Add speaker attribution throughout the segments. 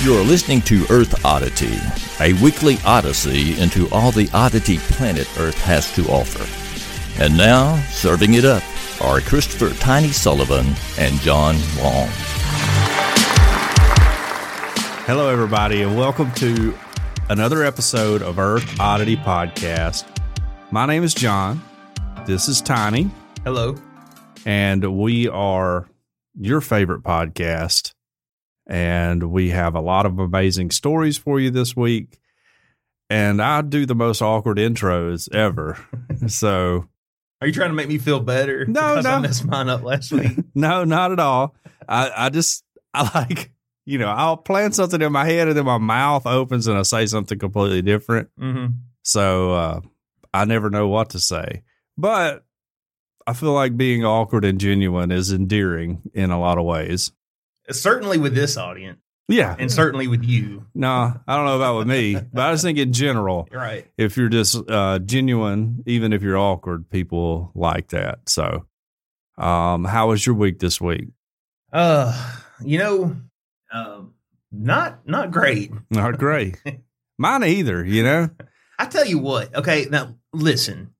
Speaker 1: You're listening to Earth Oddity, a weekly odyssey into all the oddity planet Earth has to offer. And now, serving it up are Christopher Tiny Sullivan and John Long.
Speaker 2: Hello, everybody, and welcome to another episode of Earth Oddity Podcast. My name is John. This is Tiny,
Speaker 3: Hello.
Speaker 2: and we are your favorite podcast. And we have a lot of amazing stories for you this week. And I do the most awkward intros ever. so,
Speaker 3: Are you trying to make me feel better?
Speaker 2: No,
Speaker 3: because I
Speaker 2: no.
Speaker 3: messed mine up last week.
Speaker 2: no, not at all. I, I just, I like, you know, I'll plan something in my head and then my mouth opens and I say something completely different.
Speaker 3: hmm
Speaker 2: So uh, I never know what to say. But I feel like being awkward and genuine is endearing in a lot of ways.
Speaker 3: Certainly with this audience,
Speaker 2: Yeah.
Speaker 3: and certainly with you.
Speaker 2: No, I don't know about with me, but I just think in general,
Speaker 3: Right.
Speaker 2: if you're just uh, genuine, even if you're awkward, people like that. So, um, how was your week this week?
Speaker 3: Uh, you know, um, not not great.
Speaker 2: Not great. Mine either, you know?
Speaker 3: I tell you what. Okay, now listen,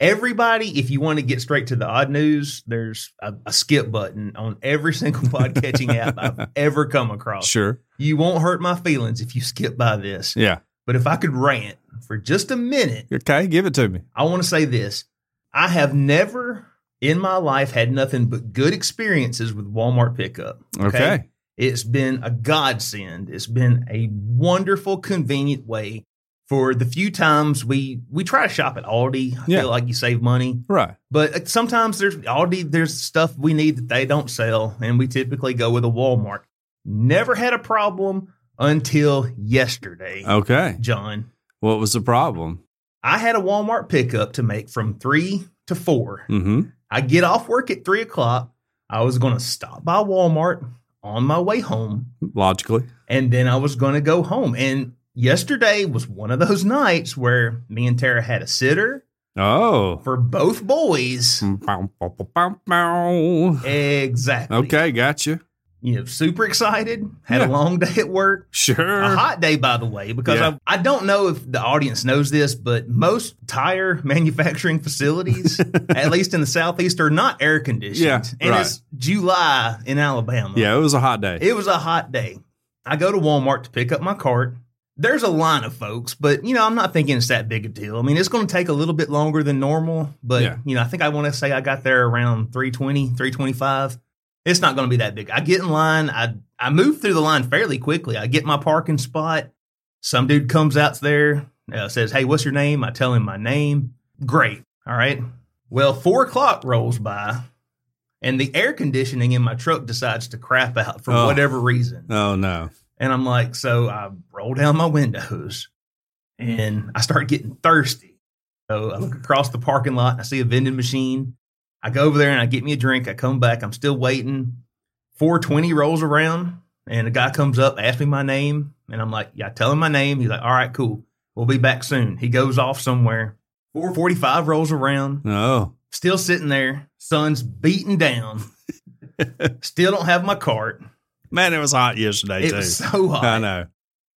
Speaker 3: everybody. If you want to get straight to the odd news, there's a, a skip button on every single podcatching app I've ever come across.
Speaker 2: Sure.
Speaker 3: You won't hurt my feelings if you skip by this.
Speaker 2: Yeah.
Speaker 3: But if I could rant for just a minute.
Speaker 2: Okay. Give it to me.
Speaker 3: I want to say this. I have never in my life had nothing but good experiences with Walmart pickup.
Speaker 2: Okay.
Speaker 3: It's been a godsend. It's been a wonderful, convenient way for the few times we we try to shop at Aldi. I
Speaker 2: Yeah.
Speaker 3: feel like you save money,
Speaker 2: Right.
Speaker 3: but uh, sometimes there's Aldi. There's stuff we need that they don't sell, and we typically go with a Walmart. Never had a problem until yesterday,
Speaker 2: Okay.
Speaker 3: John.
Speaker 2: What was the problem?
Speaker 3: I had a Walmart pickup to make from three to four.
Speaker 2: Mm hmm.
Speaker 3: I get off work at three o'clock. I was going to stop by Walmart on my way home,
Speaker 2: Logically.
Speaker 3: and then I was going to go home. And yesterday was one of those nights where me and Tara had a sitter
Speaker 2: Oh.
Speaker 3: for both boys.
Speaker 2: Mm. Okay,
Speaker 3: Exactly.
Speaker 2: gotcha.
Speaker 3: You know, super excited. Had
Speaker 2: Yeah.
Speaker 3: a long day at work. A
Speaker 2: Sure.
Speaker 3: hot day, by the way, because
Speaker 2: Yeah.
Speaker 3: I, I don't know if the audience knows this, but most tire manufacturing facilities, at least in the Southeast, are not air conditioned.
Speaker 2: Yeah,
Speaker 3: and
Speaker 2: right.
Speaker 3: it's July in Alabama.
Speaker 2: Yeah, it was a hot day.
Speaker 3: It was a hot day. I go to Walmart to pick up my cart. There's a line of folks, but you know, I'm not thinking it's that big a deal. I mean, it's going to take a little bit longer than normal, but
Speaker 2: Yeah.
Speaker 3: you know, I think I want to say I got there around 320, 325. It's not going to be that big. I get in line. I I move through the line fairly quickly. I get my parking spot. Some dude comes out there, uh, says, "Hey, what's your name?" I tell him my name. Great. All right. Well, four o'clock rolls by, and the air conditioning in my truck decides to crap out for
Speaker 2: Oh.
Speaker 3: whatever reason.
Speaker 2: Oh no.
Speaker 3: And I'm like, so I roll down my windows, and I start getting thirsty. So I look across the parking lot. And I see a vending machine. I go over there and I get me a drink. I come back. I'm still waiting. 420 rolls around, and a guy comes up, asks me my name, and I'm like, yeah, I tell him my name. He's like, all right, cool. We'll be back soon. He goes off somewhere. 445 rolls around
Speaker 2: No.
Speaker 3: still sitting there, sun's beating down. still don't have my cart.
Speaker 2: Man, it was hot yesterday
Speaker 3: It
Speaker 2: too.
Speaker 3: was so hot.
Speaker 2: I know.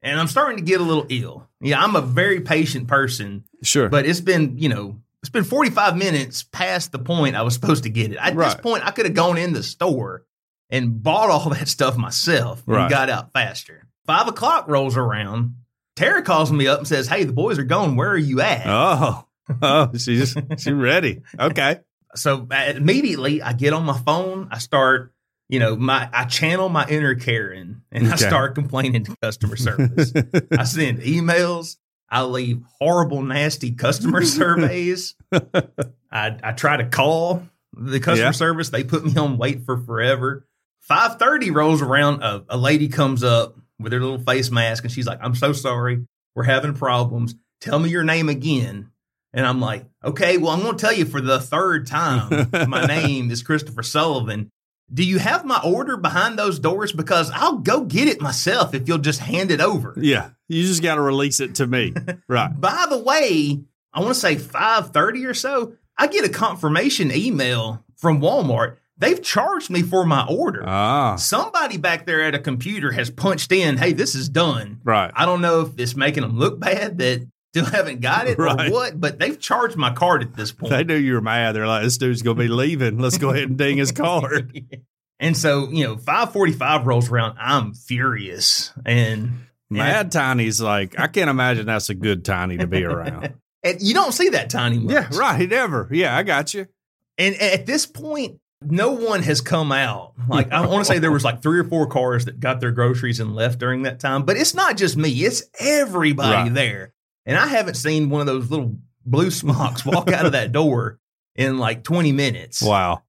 Speaker 3: And I'm starting to get a little ill. Yeah, I'm a very patient person,
Speaker 2: Sure.
Speaker 3: but it's been, you know, it's been 45 minutes past the point I was supposed to get it. At this
Speaker 2: Right.
Speaker 3: point, I could have gone in the store and bought all that stuff myself and
Speaker 2: Right.
Speaker 3: got out faster. Five o'clock rolls around. Tara calls me up and says, Hey, the boys are gone. Where are you at?
Speaker 2: oh. Oh, she's she ready. Okay.
Speaker 3: so I- immediately I get on my phone, I start, you know, my I channel my inner Karen and I
Speaker 2: Okay.
Speaker 3: start complaining to customer service. I send emails, I leave horrible, nasty customer surveys. I, I try to call the customer
Speaker 2: Yeah.
Speaker 3: service. They put me on wait for forever. 5.30 rolls around. A, a lady comes up with her little face mask and she's like, I'm so sorry. We're having problems. Tell me your name again. And I'm like, okay, well, I'm going to tell you for the third time. my name is Christopher Sullivan. Do you have my order behind those doors? Because I'll go get it myself if you'll just hand it over.
Speaker 2: Yeah. You just got to release it to me. right.
Speaker 3: By the way, I want to say 5:30 or so, I get a confirmation email from Walmart. They've charged me for my order.
Speaker 2: Ah.
Speaker 3: Somebody back there at a computer has punched in, "Hey, this is done."
Speaker 2: Right.
Speaker 3: I don't know if it's making them look bad that still haven't got it
Speaker 2: Right.
Speaker 3: or what, but they've charged my card at this point.
Speaker 2: They knew you were mad. They're like, this dude's going to be leaving. Let's go ahead and ding his card.
Speaker 3: and so, you know, 5:45 rolls around, I'm furious. And
Speaker 2: Mad Tiny's like, I can't imagine that's a good Tiny to be around.
Speaker 3: and you don't see that tiny much.
Speaker 2: yeah. Right. Never. Yeah. I got you.
Speaker 3: And at this point, no one has come out. Like I want to say there was like three or four cars that got their groceries and left during that time, but it's not just me, it's everybody
Speaker 2: Right.
Speaker 3: there. And I haven't seen one of those little blue smocks walk out of that door in like 20 minutes.
Speaker 2: Wow.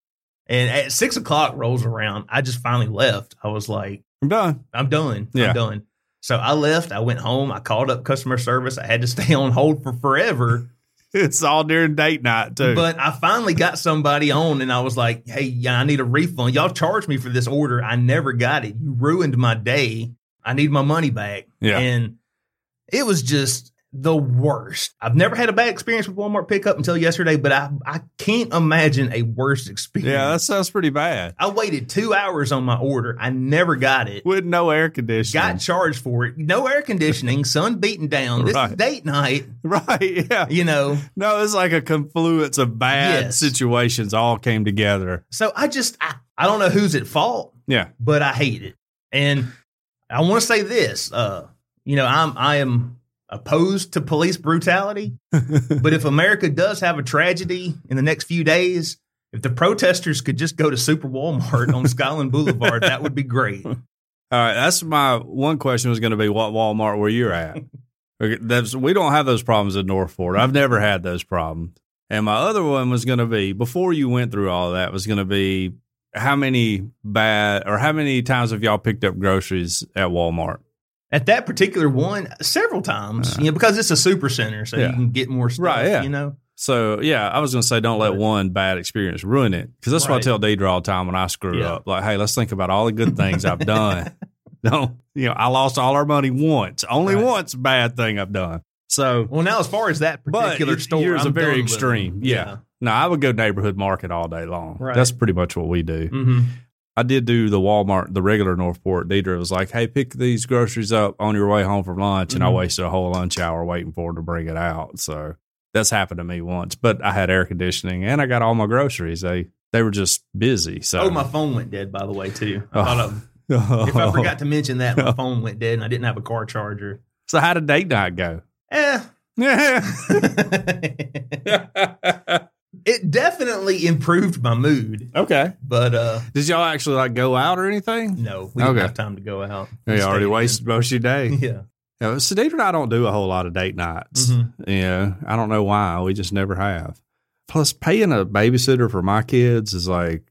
Speaker 3: And at six o'clock rolls around, I just finally left. I was like,
Speaker 2: I'm done.
Speaker 3: I'm done.
Speaker 2: Yeah.
Speaker 3: I'm done. So I left. I went home. I called up customer service. I had to stay on hold for forever.
Speaker 2: It's all during date night, too.
Speaker 3: But I finally got somebody on and I was like, hey, yeah, I need a refund. Y'all charged me for this order. I never got it. You ruined my day. I need my money back.
Speaker 2: Yeah.
Speaker 3: And it was just the worst. I've never had a bad experience with Walmart pickup until yesterday, but I, I can't imagine a worse experience.
Speaker 2: yeah. That sounds pretty bad.
Speaker 3: I waited two hours on my order. I never got it.
Speaker 2: With no air conditioning.
Speaker 3: Got charged for it. No air conditioning, sun beating down. This is
Speaker 2: Right.
Speaker 3: date night,
Speaker 2: Right. Yeah.
Speaker 3: you know.
Speaker 2: No, it's like a confluence of bad
Speaker 3: Yes.
Speaker 2: situations all came together.
Speaker 3: So I just, I, I don't know who's at fault.
Speaker 2: Yeah.
Speaker 3: but I hate it. And I want to say this, uh, you know, I'm I am opposed to police brutality, but if America does have a tragedy in the next few days, if the protesters could just go to Super Walmart on Skyland Boulevard, that would be great.
Speaker 2: All right. That's my one question was going to be what Walmart were you at? Okay, That's, we don't have those problems in North Florida. I've never had those problems. And my other one was going to be before you went through all that was going to be how many bad or how many times have y'all picked up groceries at Walmart?
Speaker 3: At that particular one, several times, you know, because it's a super center, so
Speaker 2: Yeah.
Speaker 3: you can get more stuff,
Speaker 2: Right, yeah.
Speaker 3: you know.
Speaker 2: So yeah, I was gonna say don't let one bad experience ruin it because that's what I
Speaker 3: Right.
Speaker 2: tell Deidre all the time when I screw
Speaker 3: Yeah.
Speaker 2: up. Like, hey, let's think about all the good things I've done. Don't you know? I lost all our money once, only
Speaker 3: Right.
Speaker 2: once bad thing I've done. So
Speaker 3: Well, now as far as that
Speaker 2: but
Speaker 3: particular
Speaker 2: y-
Speaker 3: store,
Speaker 2: yours
Speaker 3: I'm
Speaker 2: are
Speaker 3: done
Speaker 2: very
Speaker 3: with
Speaker 2: extreme.
Speaker 3: them.
Speaker 2: Yeah. No, I would go neighborhood market all day long.
Speaker 3: Right.
Speaker 2: That's pretty much what we do.
Speaker 3: Mhm.
Speaker 2: I did do the Walmart, the regular Northport. Deidre was like, "Hey, pick these groceries up on your way home from lunch," and I
Speaker 3: Mhm.
Speaker 2: wasted a whole lunch hour waiting for her to bring it out. So that's happened to me once, but I had air conditioning and I got all my groceries. They they were just busy. So
Speaker 3: Oh, my phone went dead, by the way, too. I
Speaker 2: Um, Oh.
Speaker 3: thought I if I forgot to mention that, my phone went dead and I didn't have a car charger.
Speaker 2: so how did date night go?
Speaker 3: Eh.
Speaker 2: okay.
Speaker 3: it definitely improved my mood, but uh
Speaker 2: Did y'all actually like go out or anything?
Speaker 3: no, we didn't
Speaker 2: Okay.
Speaker 3: have time to go out.
Speaker 2: Yeah,
Speaker 3: We
Speaker 2: you already
Speaker 3: stayed in.
Speaker 2: wasted most of your day.
Speaker 3: Yeah.
Speaker 2: Yeah, so Deidre and I don't do a whole lot of date nights.
Speaker 3: Mhm.
Speaker 2: Yeah, I don't know why. We just never have. Plus, paying a babysitter for my kids is like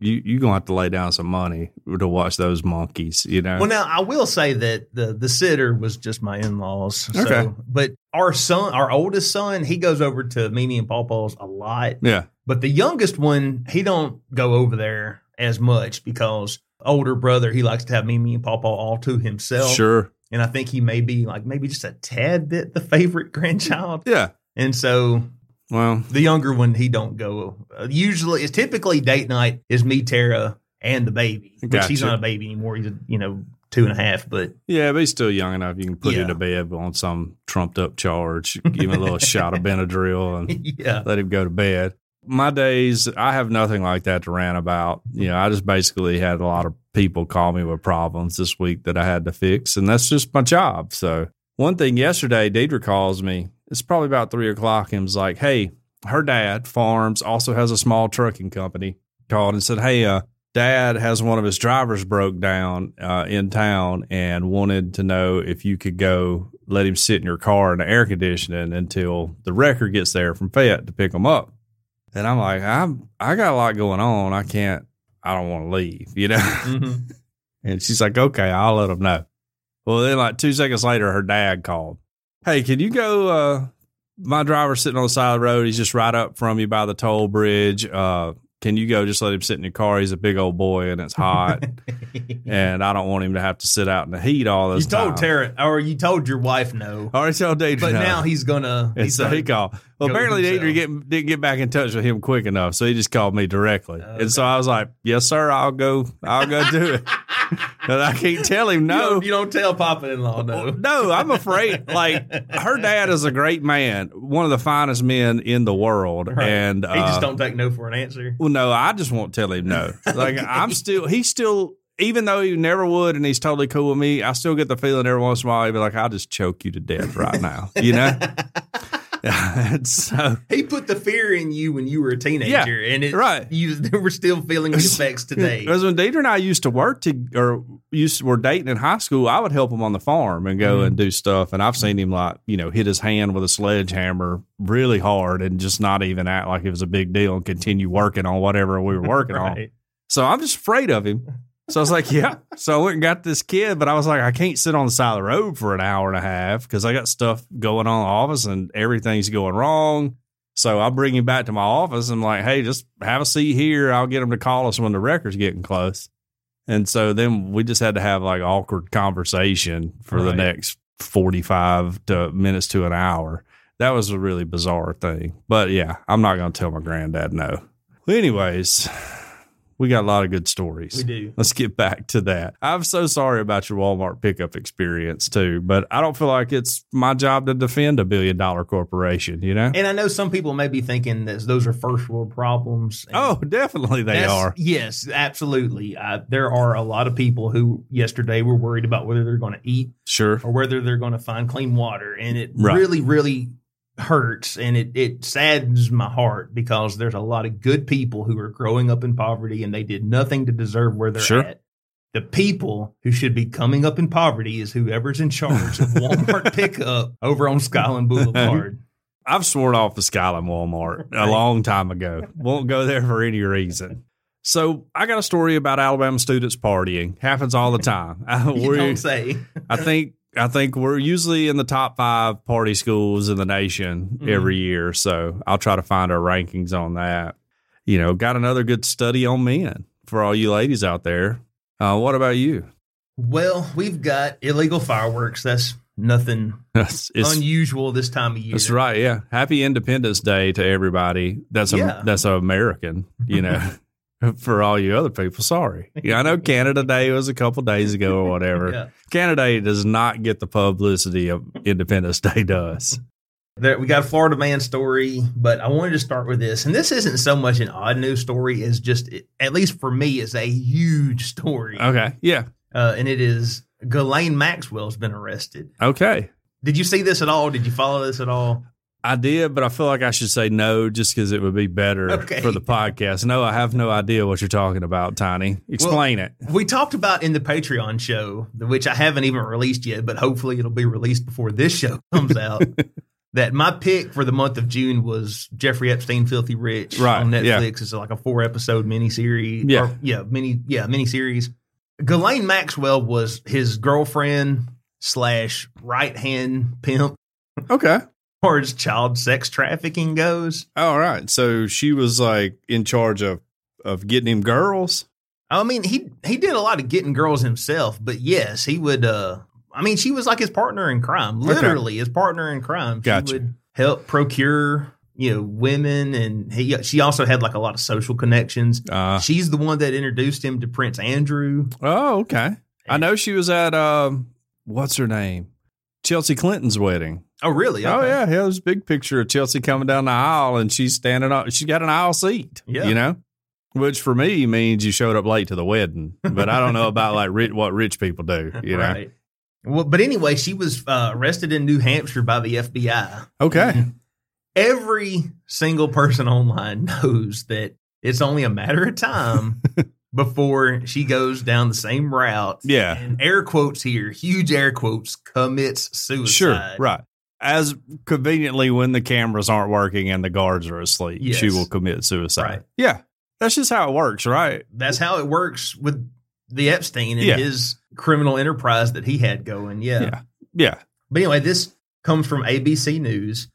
Speaker 2: you you gonna have to lay down some money to watch those monkeys. You know,
Speaker 3: Well, now I will say that the the sitter was just my in laws. So,
Speaker 2: Okay.
Speaker 3: But our son, our oldest son, he goes over to Mimi and Paw Paw's a lot.
Speaker 2: yeah,
Speaker 3: But the youngest one, he don't go over there as much because older brother, he likes to have Mimi and Paw Paw all to himself.
Speaker 2: sure,
Speaker 3: and I think he may be like maybe just a tad bit the favorite grandchild.
Speaker 2: yeah.
Speaker 3: And so
Speaker 2: Well,
Speaker 3: the younger one, he don't go. Uh, usually, it's typically date night is me, Tara, and the baby. Which he's
Speaker 2: Gotcha.
Speaker 3: not a baby anymore. He's a, you know two and a half. But
Speaker 2: yeah, but he's still young enough. You can put him
Speaker 3: Yeah.
Speaker 2: to bed on some trumped up charge, give him a little shot of Benadryl, and
Speaker 3: yeah,
Speaker 2: let him go to bed. My days, I have nothing like that to rant about. You know, I just basically had a lot of people call me with problems this week that I had to fix, and that's just my job. So, one thing yesterday, Deidre calls me. It's probably about three o'clock, and was like, "Hey, her dad farms, also has a small trucking company." Called and said, "Hey, uh, dad has one of his drivers broke down uh, in town and wanted to know if you could go let him sit in your car in the air conditioning until the wrecker gets there from Fayette to pick him up. And I'm like, I'm I got a lot going on. I can't. I don't want to leave. You know.
Speaker 3: Mhm.
Speaker 2: And she's like, okay, I'll let them know. Well, then, like two seconds later, her dad called. Hey, can you go? Uh, my driver's sitting on the side of the road. He's just right up from you by the toll bridge. Uh, can you go just let him sit in your car? He's a big old boy and it's hot. and I don't want him to have to sit out in the heat all
Speaker 3: you
Speaker 2: this time.
Speaker 3: told Tara, or you told your wife no,
Speaker 2: I already told Deidre.
Speaker 3: but
Speaker 2: no.
Speaker 3: now he's gonna.
Speaker 2: And
Speaker 3: he's
Speaker 2: so
Speaker 3: gonna-
Speaker 2: he called. Well,
Speaker 3: go
Speaker 2: apparently
Speaker 3: himself.
Speaker 2: Deidre get, didn't get back in touch with him quick enough, so he just called me directly.
Speaker 3: Okay.
Speaker 2: And so I was like, "Yes, sir, I'll go. I'll go do it." but I can't tell him
Speaker 3: You
Speaker 2: no.
Speaker 3: don't, you don't tell Papa-in-law
Speaker 2: Well,
Speaker 3: no.
Speaker 2: No, I'm afraid. Like her dad is a great man, one of the finest men in the world,
Speaker 3: Right.
Speaker 2: and
Speaker 3: he
Speaker 2: uh,
Speaker 3: just don't take no for an answer.
Speaker 2: Well, no, I just won't tell him no. Like I'm still, he's still, even though he never would, and he's totally cool with me. I still get the feeling every once in a while he'd be like, "I'll just choke you to death right now," you know. and so
Speaker 3: He put the fear in you when you were a teenager, and it,
Speaker 2: right.
Speaker 3: you we're still feeling the effects today.
Speaker 2: Because when Deidre and I used to work to or used were dating in high school, I would help him on the farm and
Speaker 3: Mm-hmm.
Speaker 2: go and do stuff. And I've seen him like you know hit his hand with a sledgehammer really hard and just not even act like it was a big deal and continue working on whatever we were working on.
Speaker 3: Right.
Speaker 2: So I'm just afraid of him. So I was like, yeah. So I went and got this kid, but I was like, I can't sit on the side of the road for an hour and a half because I got stuff going on in the office and everything's going wrong. So I bring him back to my office. and I'm like, hey, just have a seat here. I'll get him to call us when the record's getting close. And so then we just had to have like awkward conversation for the
Speaker 3: Right.
Speaker 2: next 45 to minutes to an hour. That was a really bizarre thing. But yeah, I'm not going to tell my granddad no. Anyways, we got a lot of good stories.
Speaker 3: We do.
Speaker 2: Let's get back to that. I'm so sorry about your Walmart pickup experience too, but I don't feel like it's my job to defend a billion dollar corporation, you know?
Speaker 3: And I know some people may be thinking that those are first world problems. and
Speaker 2: oh, definitely they
Speaker 3: that's-
Speaker 2: are.
Speaker 3: Yes, absolutely. Uh, there are a lot of people who yesterday were worried about whether they're going to eat
Speaker 2: Sure.
Speaker 3: or whether they're going to find clean water. And it
Speaker 2: Right.
Speaker 3: really, really hurts and it, it saddens my heart because there's a lot of good people who are growing up in poverty and they did nothing to deserve where they're
Speaker 2: Sure.
Speaker 3: at. The people who should be coming up in poverty is whoever's in charge of Walmart pickup over on Skyland Boulevard.
Speaker 2: I've sworn off the Skyline Walmart a long time ago. Won't go there for any reason. So I got a story about Alabama students partying. Happens all the time.
Speaker 3: You
Speaker 2: We're-
Speaker 3: don't say.
Speaker 2: I think I think we're usually in the top five party schools in the nation
Speaker 3: Mhm.
Speaker 2: every year. So I'll try to find our rankings on that. You know, got another good study on men for all you ladies out there. Uh, what about you?
Speaker 3: Well, we've got illegal fireworks. That's nothing
Speaker 2: It's, it's-
Speaker 3: unusual this time of year.
Speaker 2: that's right. Yeah. Happy Independence Day to everybody. That's a,
Speaker 3: Yeah.
Speaker 2: that's a American. You know, for all you other people. Sorry. Yeah, I know Canada Day was a couple days ago or whatever.
Speaker 3: Yeah.
Speaker 2: Canada Day does not get the publicity of Independence Day does.
Speaker 3: There, we got a Florida man story, but I wanted to start with this. And this isn't so much an odd news story as just, at least for me, it's a huge story.
Speaker 2: Okay. Yeah.
Speaker 3: Uh, and it is Ghislaine Maxwell's been arrested.
Speaker 2: Okay.
Speaker 3: Did you see this at all? Did you follow this at all?
Speaker 2: I did, but I feel like I should say no just because it would be better
Speaker 3: Okay.
Speaker 2: for the podcast. No, I have no idea what you're talking about, Tiny. Explain it.
Speaker 3: We talked about in the Patreon show, which I haven't even released yet, but hopefully it'll be released before this show comes out. that my pick for the month of June was Jeffrey Epstein, Filthy Rich
Speaker 2: Right,
Speaker 3: on
Speaker 2: yeah.
Speaker 3: Netflix. It's like a four episode miniseries.
Speaker 2: Yeah.
Speaker 3: or, yeah, mini yeah mini series. Ghislaine Maxwell was his girlfriend slash right hand pimp,
Speaker 2: Okay.
Speaker 3: as far as child sex trafficking goes.
Speaker 2: All right. So she was like in charge of of getting him girls.
Speaker 3: I mean, he he did a lot of getting girls himself, but yes, he would. uh I mean, she was like his partner in crime,
Speaker 2: Okay.
Speaker 3: literally his partner in crime.
Speaker 2: Gotcha.
Speaker 3: She would help procure you know women, and he she also had like a lot of social connections.
Speaker 2: Uh,
Speaker 3: She's the one that introduced him to Prince Andrew.
Speaker 2: oh, okay. I know she was at um, what's her name, Chelsea Clinton's wedding.
Speaker 3: Oh, really?
Speaker 2: Oh
Speaker 3: Okay.
Speaker 2: yeah, yeah. There's a big picture of Chelsea coming down the aisle, and she's standing up. She's got an aisle seat.
Speaker 3: Yeah.
Speaker 2: you know, which for me means you showed up late to the wedding. But I don't know about like ri- what rich people do. You know.
Speaker 3: Right. Well, but anyway, she was uh, arrested in New Hampshire by the FBI.
Speaker 2: Okay.
Speaker 3: every single person online knows that it's only a matter of time before she goes down the same route.
Speaker 2: Yeah.
Speaker 3: And air quotes here, huge air quotes, commits suicide.
Speaker 2: Sure, right. As conveniently when the cameras aren't working and the guards are asleep,
Speaker 3: Yes.
Speaker 2: she will commit suicide.
Speaker 3: Right.
Speaker 2: Yeah. That's just how it works, right?
Speaker 3: That's how it works with the Epstein and
Speaker 2: Yeah.
Speaker 3: his criminal enterprise that he had going. Yeah.
Speaker 2: Yeah. Yeah.
Speaker 3: But anyway, this comes from ABC News.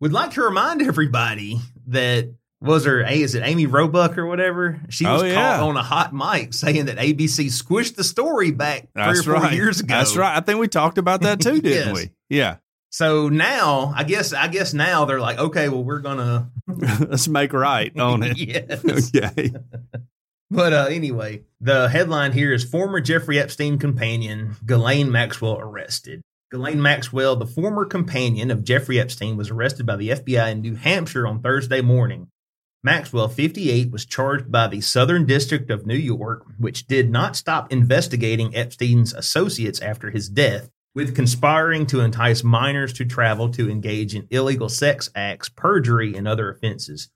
Speaker 3: Would like to remind everybody that was her a is it Amy Roebuck or whatever? She was
Speaker 2: Oh, yeah.
Speaker 3: caught on a hot mic saying that ABC squished the story back three
Speaker 2: That's
Speaker 3: or four
Speaker 2: right.
Speaker 3: years ago.
Speaker 2: That's right. I think we talked about that too, didn't
Speaker 3: Yes.
Speaker 2: we? Yeah.
Speaker 3: So now, I guess, I guess now they're like, okay, well, we're gonna
Speaker 2: Let's make right on it.
Speaker 3: yes.
Speaker 2: okay.
Speaker 3: But uh, anyway, the headline here is former Jeffrey Epstein companion Ghislaine Maxwell arrested. Ghislaine Maxwell, the former companion of Jeffrey Epstein, was arrested by the FBI in New Hampshire on Thursday morning. Maxwell, 58, was charged by the Southern District of New York, which did not stop investigating Epstein's associates after his death, with conspiring to entice minors to travel to engage in illegal sex acts, perjury, and other offenses.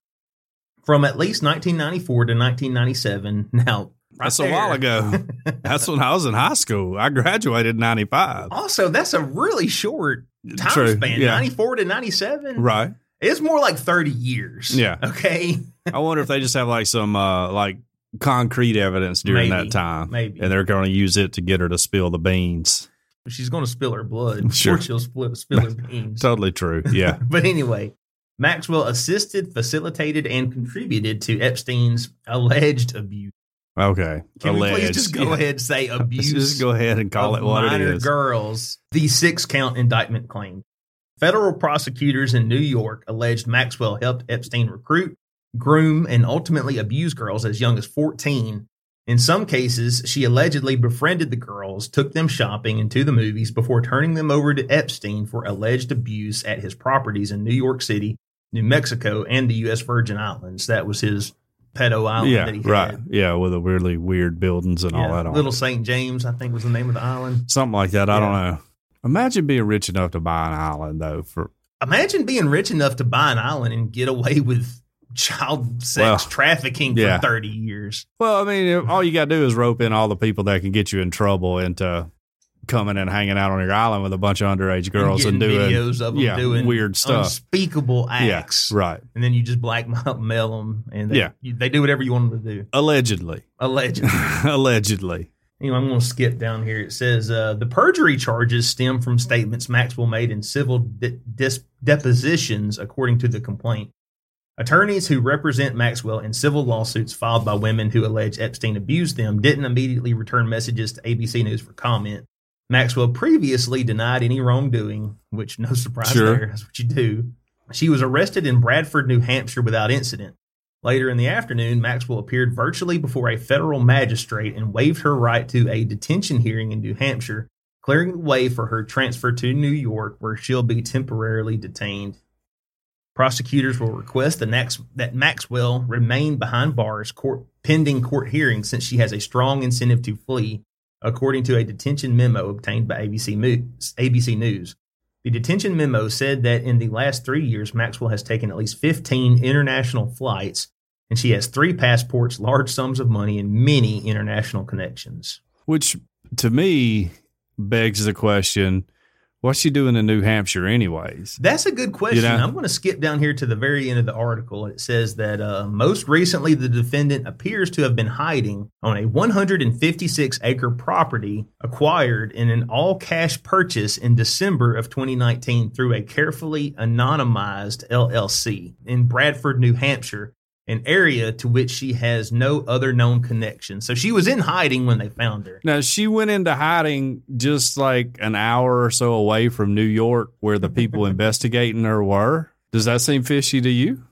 Speaker 3: From at least 1994 to 1997, now right
Speaker 2: That's a
Speaker 3: there.
Speaker 2: while ago. That's when I was in high school. I graduated in 95.
Speaker 3: Also, that's a really short time
Speaker 2: True.
Speaker 3: span,
Speaker 2: Yeah.
Speaker 3: 94 to 97.
Speaker 2: Right.
Speaker 3: It's more like 30 years.
Speaker 2: Yeah.
Speaker 3: Okay.
Speaker 2: I wonder if they just have like some uh like concrete evidence during
Speaker 3: Maybe.
Speaker 2: that time.
Speaker 3: Maybe.
Speaker 2: And they're gonna use it to get her to spill the beans.
Speaker 3: She's going to spill her blood.
Speaker 2: Sure.
Speaker 3: Sure. she'll spill, spill her beans.
Speaker 2: Totally true. Yeah.
Speaker 3: but anyway, Maxwell assisted, facilitated, and contributed to Epstein's alleged abuse.
Speaker 2: okay.
Speaker 3: Can we please
Speaker 2: Alleged.
Speaker 3: just go
Speaker 2: Yeah.
Speaker 3: ahead and say
Speaker 2: Let's
Speaker 3: abuse?
Speaker 2: just go ahead and call
Speaker 3: of
Speaker 2: it what it
Speaker 3: minor
Speaker 2: is.
Speaker 3: girls. The six count indictment claim. Federal prosecutors in New York alleged Maxwell helped Epstein recruit, groom, and ultimately abuse girls as young as 14. In some cases, she allegedly befriended the girls, took them shopping and to the movies before turning them over to Epstein for alleged abuse at his properties in New York City, New Mexico, and the U.S. Virgin Islands. That was his pedo island
Speaker 2: yeah,
Speaker 3: that he
Speaker 2: right.
Speaker 3: had.
Speaker 2: Yeah, with the weirdly weird buildings and all
Speaker 3: Yeah,
Speaker 2: that on
Speaker 3: Little
Speaker 2: it.
Speaker 3: St. James, I think, was the name of the island.
Speaker 2: something like that. I
Speaker 3: Yeah.
Speaker 2: don't know. Imagine being rich enough to buy an island though for
Speaker 3: Imagine being rich enough to buy an island and get away with child sex
Speaker 2: Well,
Speaker 3: trafficking
Speaker 2: yeah.
Speaker 3: for 30 years.
Speaker 2: well, I mean if- all you gotta do is rope in all the people that can get you in trouble into coming and hanging out on your island with a bunch of underage girls and,
Speaker 3: getting
Speaker 2: doing
Speaker 3: videos of them
Speaker 2: yeah,
Speaker 3: doing
Speaker 2: weird stuff.
Speaker 3: unspeakable
Speaker 2: Yeah,
Speaker 3: acts.
Speaker 2: right.
Speaker 3: And then you just blackmail them and they,
Speaker 2: Yeah.
Speaker 3: you- they do whatever you want them to do.
Speaker 2: Allegedly.
Speaker 3: Allegedly.
Speaker 2: Allegedly.
Speaker 3: Anyway, I'm going to skip down here. It says uh, the perjury charges stem from statements Maxwell made in civil de- dis- depositions, according to the complaint. Attorneys who represent Maxwell in civil lawsuits filed by women who allege Epstein abused them didn't immediately return messages to ABC News for comment. Maxwell previously denied any wrongdoing, which no surprise
Speaker 2: Sure.
Speaker 3: there. That's what you do. She was arrested in Bradford, New Hampshire without incident. Later in the afternoon, Maxwell appeared virtually before a federal magistrate and waived her right to a detention hearing in New Hampshire, clearing the way for her transfer to New York, where she'll be temporarily detained. Prosecutors will request the next, that Maxwell remain behind bars court, pending court hearing since she has a strong incentive to flee, according to a detention memo obtained by ABC, Mo- ABC News. The detention memo said that in the last three years, Maxwell has taken at least 15 international flights, and she has three passports, large sums of money, and many international connections.
Speaker 2: Which to me begs the question what's she doing in New Hampshire, anyways?
Speaker 3: That's a good question.
Speaker 2: You know-
Speaker 3: I'm going to skip down here to the very end of the article. It says that uh, most recently, the defendant appears to have been hiding on a 156 acre property acquired in an all cash purchase in December of 2019 through a carefully anonymized LLC in Bradford, New Hampshire, an area to which she has no other known connection. So she was in hiding when they found her.
Speaker 2: Now, she went into hiding just like an hour or so away from New York where the people investigating her were. Does that seem fishy to you?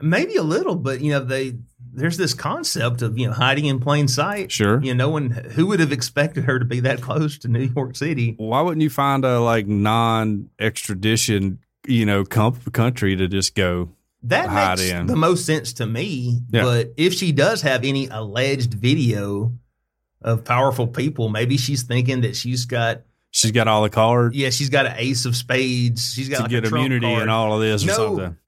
Speaker 3: Maybe a little, but you know they there's this concept of you know hiding in plain sight.
Speaker 2: Sure.
Speaker 3: You know, no one who would have expected her to be that close to New York City.
Speaker 2: Why wouldn't you find a like non extradition, you know, comp- country to just go?
Speaker 3: That
Speaker 2: Hide
Speaker 3: makes
Speaker 2: in.
Speaker 3: the most sense to me.
Speaker 2: Yeah.
Speaker 3: But if she does have any alleged video of powerful people, maybe she's thinking that she's got
Speaker 2: She's got all the cards
Speaker 3: Yeah, she's got an ace of spades. She's got
Speaker 2: to
Speaker 3: like
Speaker 2: get
Speaker 3: a trump
Speaker 2: immunity
Speaker 3: card.
Speaker 2: and all of this or
Speaker 3: no,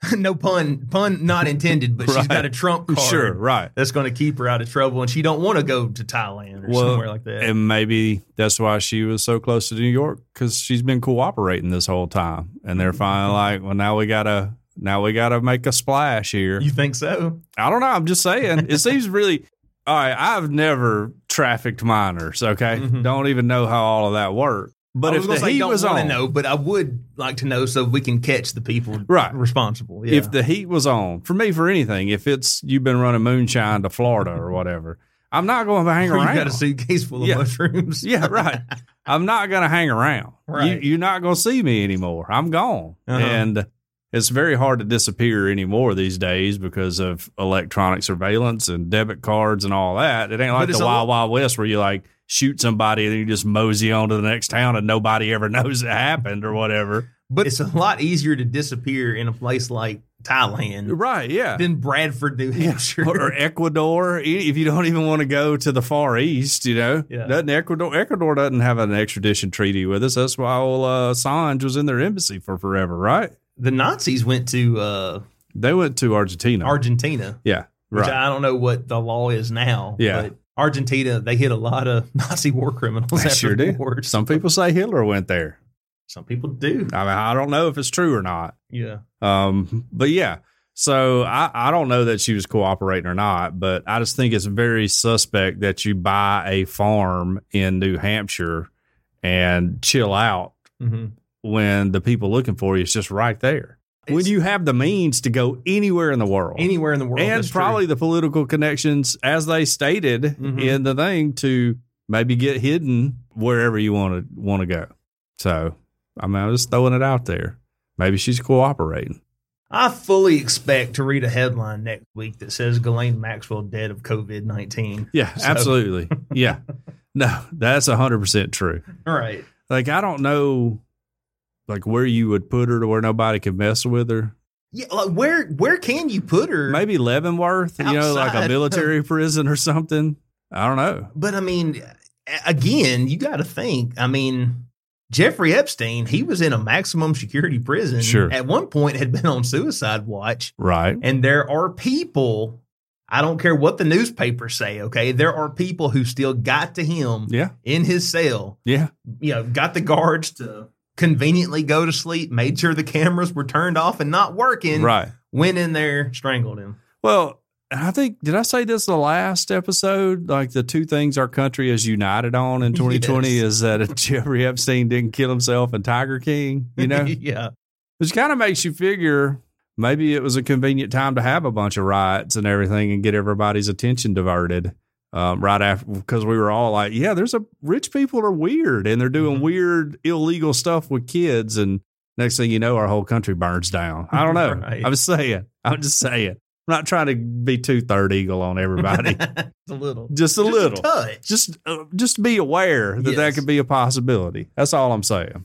Speaker 2: something.
Speaker 3: no pun, pun not intended. But she's
Speaker 2: Right.
Speaker 3: got a trump card.
Speaker 2: Sure, right.
Speaker 3: that's going to keep her out of trouble, and she don't want to go to Thailand or
Speaker 2: Well,
Speaker 3: somewhere like that.
Speaker 2: And maybe that's why she was so close to New York because she's been cooperating this whole time. And they're finally like, well, now we gotta, now we gotta make a splash here.
Speaker 3: you think so?
Speaker 2: I don't know. I'm just saying. It seems really. All right. I've never trafficked minors. Okay.
Speaker 3: Mhm.
Speaker 2: Don't even know how all of that worked. But
Speaker 3: I
Speaker 2: if
Speaker 3: gonna
Speaker 2: the
Speaker 3: say
Speaker 2: heat
Speaker 3: don't
Speaker 2: was
Speaker 3: wanna
Speaker 2: on,
Speaker 3: know, but I would like to know so we can catch the people
Speaker 2: Right.
Speaker 3: responsible. Yeah.
Speaker 2: if the heat was on for me for anything, if it's you've been running moonshine to Florida or whatever, I'm not going to hang
Speaker 3: you
Speaker 2: around.
Speaker 3: got a suitcase full of
Speaker 2: Yeah.
Speaker 3: mushrooms.
Speaker 2: Yeah, right. I'm not going to hang around.
Speaker 3: Right.
Speaker 2: You, you're not going to see me anymore. I'm gone.
Speaker 3: Uh-huh.
Speaker 2: And it's very hard to disappear anymore these days because of electronic surveillance and debit cards and all that. It ain't like
Speaker 3: it's
Speaker 2: the
Speaker 3: a
Speaker 2: Wild
Speaker 3: lo-
Speaker 2: Wild West where you like shoot somebody and then you just mosey on to the next town and nobody ever knows it happened or whatever.
Speaker 3: But it's a lot easier to disappear in a place like Thailand
Speaker 2: Right. Yeah.
Speaker 3: than Bradford, New Hampshire.
Speaker 2: Or or Ecuador, e- if you don't even want to go to the Far East, you know,
Speaker 3: Yeah.
Speaker 2: doesn't Ecuador Ecuador doesn't have an extradition treaty with us. That's why old uh, Assange was in their embassy for forever, right?
Speaker 3: the Nazis went to uh,
Speaker 2: They went to Argentina.
Speaker 3: Argentina,
Speaker 2: yeah,
Speaker 3: which
Speaker 2: right.
Speaker 3: I don't know what the law is now.
Speaker 2: Yeah.
Speaker 3: But Argentina, they hit a lot of Nazi war criminals
Speaker 2: They
Speaker 3: after
Speaker 2: sure
Speaker 3: the
Speaker 2: did.
Speaker 3: war. Some,
Speaker 2: Some people say Hitler went there.
Speaker 3: people do.
Speaker 2: I mean, I don't know if it's true or not.
Speaker 3: Yeah.
Speaker 2: Um, but yeah, so I, I don't know that she was cooperating or not, but I just think it's very suspect that you buy a farm in New Hampshire and chill out
Speaker 3: Mm-hmm.
Speaker 2: when the people looking for you is just right there. when
Speaker 3: It's-
Speaker 2: you have the means to go anywhere in the world,
Speaker 3: Anywhere in the world.
Speaker 2: and
Speaker 3: that's true.
Speaker 2: probably the political connections, as they stated
Speaker 3: Mhm.
Speaker 2: in the thing, to maybe get hidden wherever you want to want to go. So, I mean, I'm just throwing it out there. Maybe she's cooperating.
Speaker 3: I fully expect to read a headline next week that says Ghislaine Maxwell dead of COVID 19.
Speaker 2: Yeah,
Speaker 3: So-
Speaker 2: absolutely. Yeah, no, that's hundred percent true.
Speaker 3: All right.
Speaker 2: Like, I don't know, like where you would put her to where nobody could mess with her.
Speaker 3: Yeah, like where where can you put her?
Speaker 2: maybe Leavenworth, you know, like a
Speaker 3: Outside.
Speaker 2: military prison or something. I don't know.
Speaker 3: But I mean, a- again, you got to think. I mean, Jeffrey Epstein, he was in a maximum security prison.
Speaker 2: Sure.
Speaker 3: At one point, had been on suicide watch,
Speaker 2: Right.
Speaker 3: and there are people. I don't care what the newspapers say. Okay, there are people who still got to him
Speaker 2: Yeah.
Speaker 3: in his cell.
Speaker 2: Yeah.
Speaker 3: You know, got the guards to conveniently go to sleep, made sure the cameras were turned off and not working.
Speaker 2: Right.
Speaker 3: Went in there, strangled him.
Speaker 2: Well, I think did I say this the last episode? Like the two things our country is united on in 2020
Speaker 3: Yes.
Speaker 2: is that Jeffrey Epstein didn't kill himself and Tiger King, you know?
Speaker 3: yeah.
Speaker 2: Which kind of makes you figure maybe it was a convenient time to have a bunch of riots and everything and get everybody's attention diverted. Um, right after, because we were all like, "Yeah, there's a rich people are weird and they're doing
Speaker 3: Mhm.
Speaker 2: weird illegal stuff with kids," and next thing you know, our whole country burns down. I don't know.
Speaker 3: Right.
Speaker 2: I'm just saying. I'm just saying. I'm not trying to be too third eagle on everybody.
Speaker 3: a little.
Speaker 2: just a
Speaker 3: Just
Speaker 2: little.
Speaker 3: touch.
Speaker 2: just uh, just be aware that that
Speaker 3: Yes.
Speaker 2: could be a possibility. That's all I'm saying.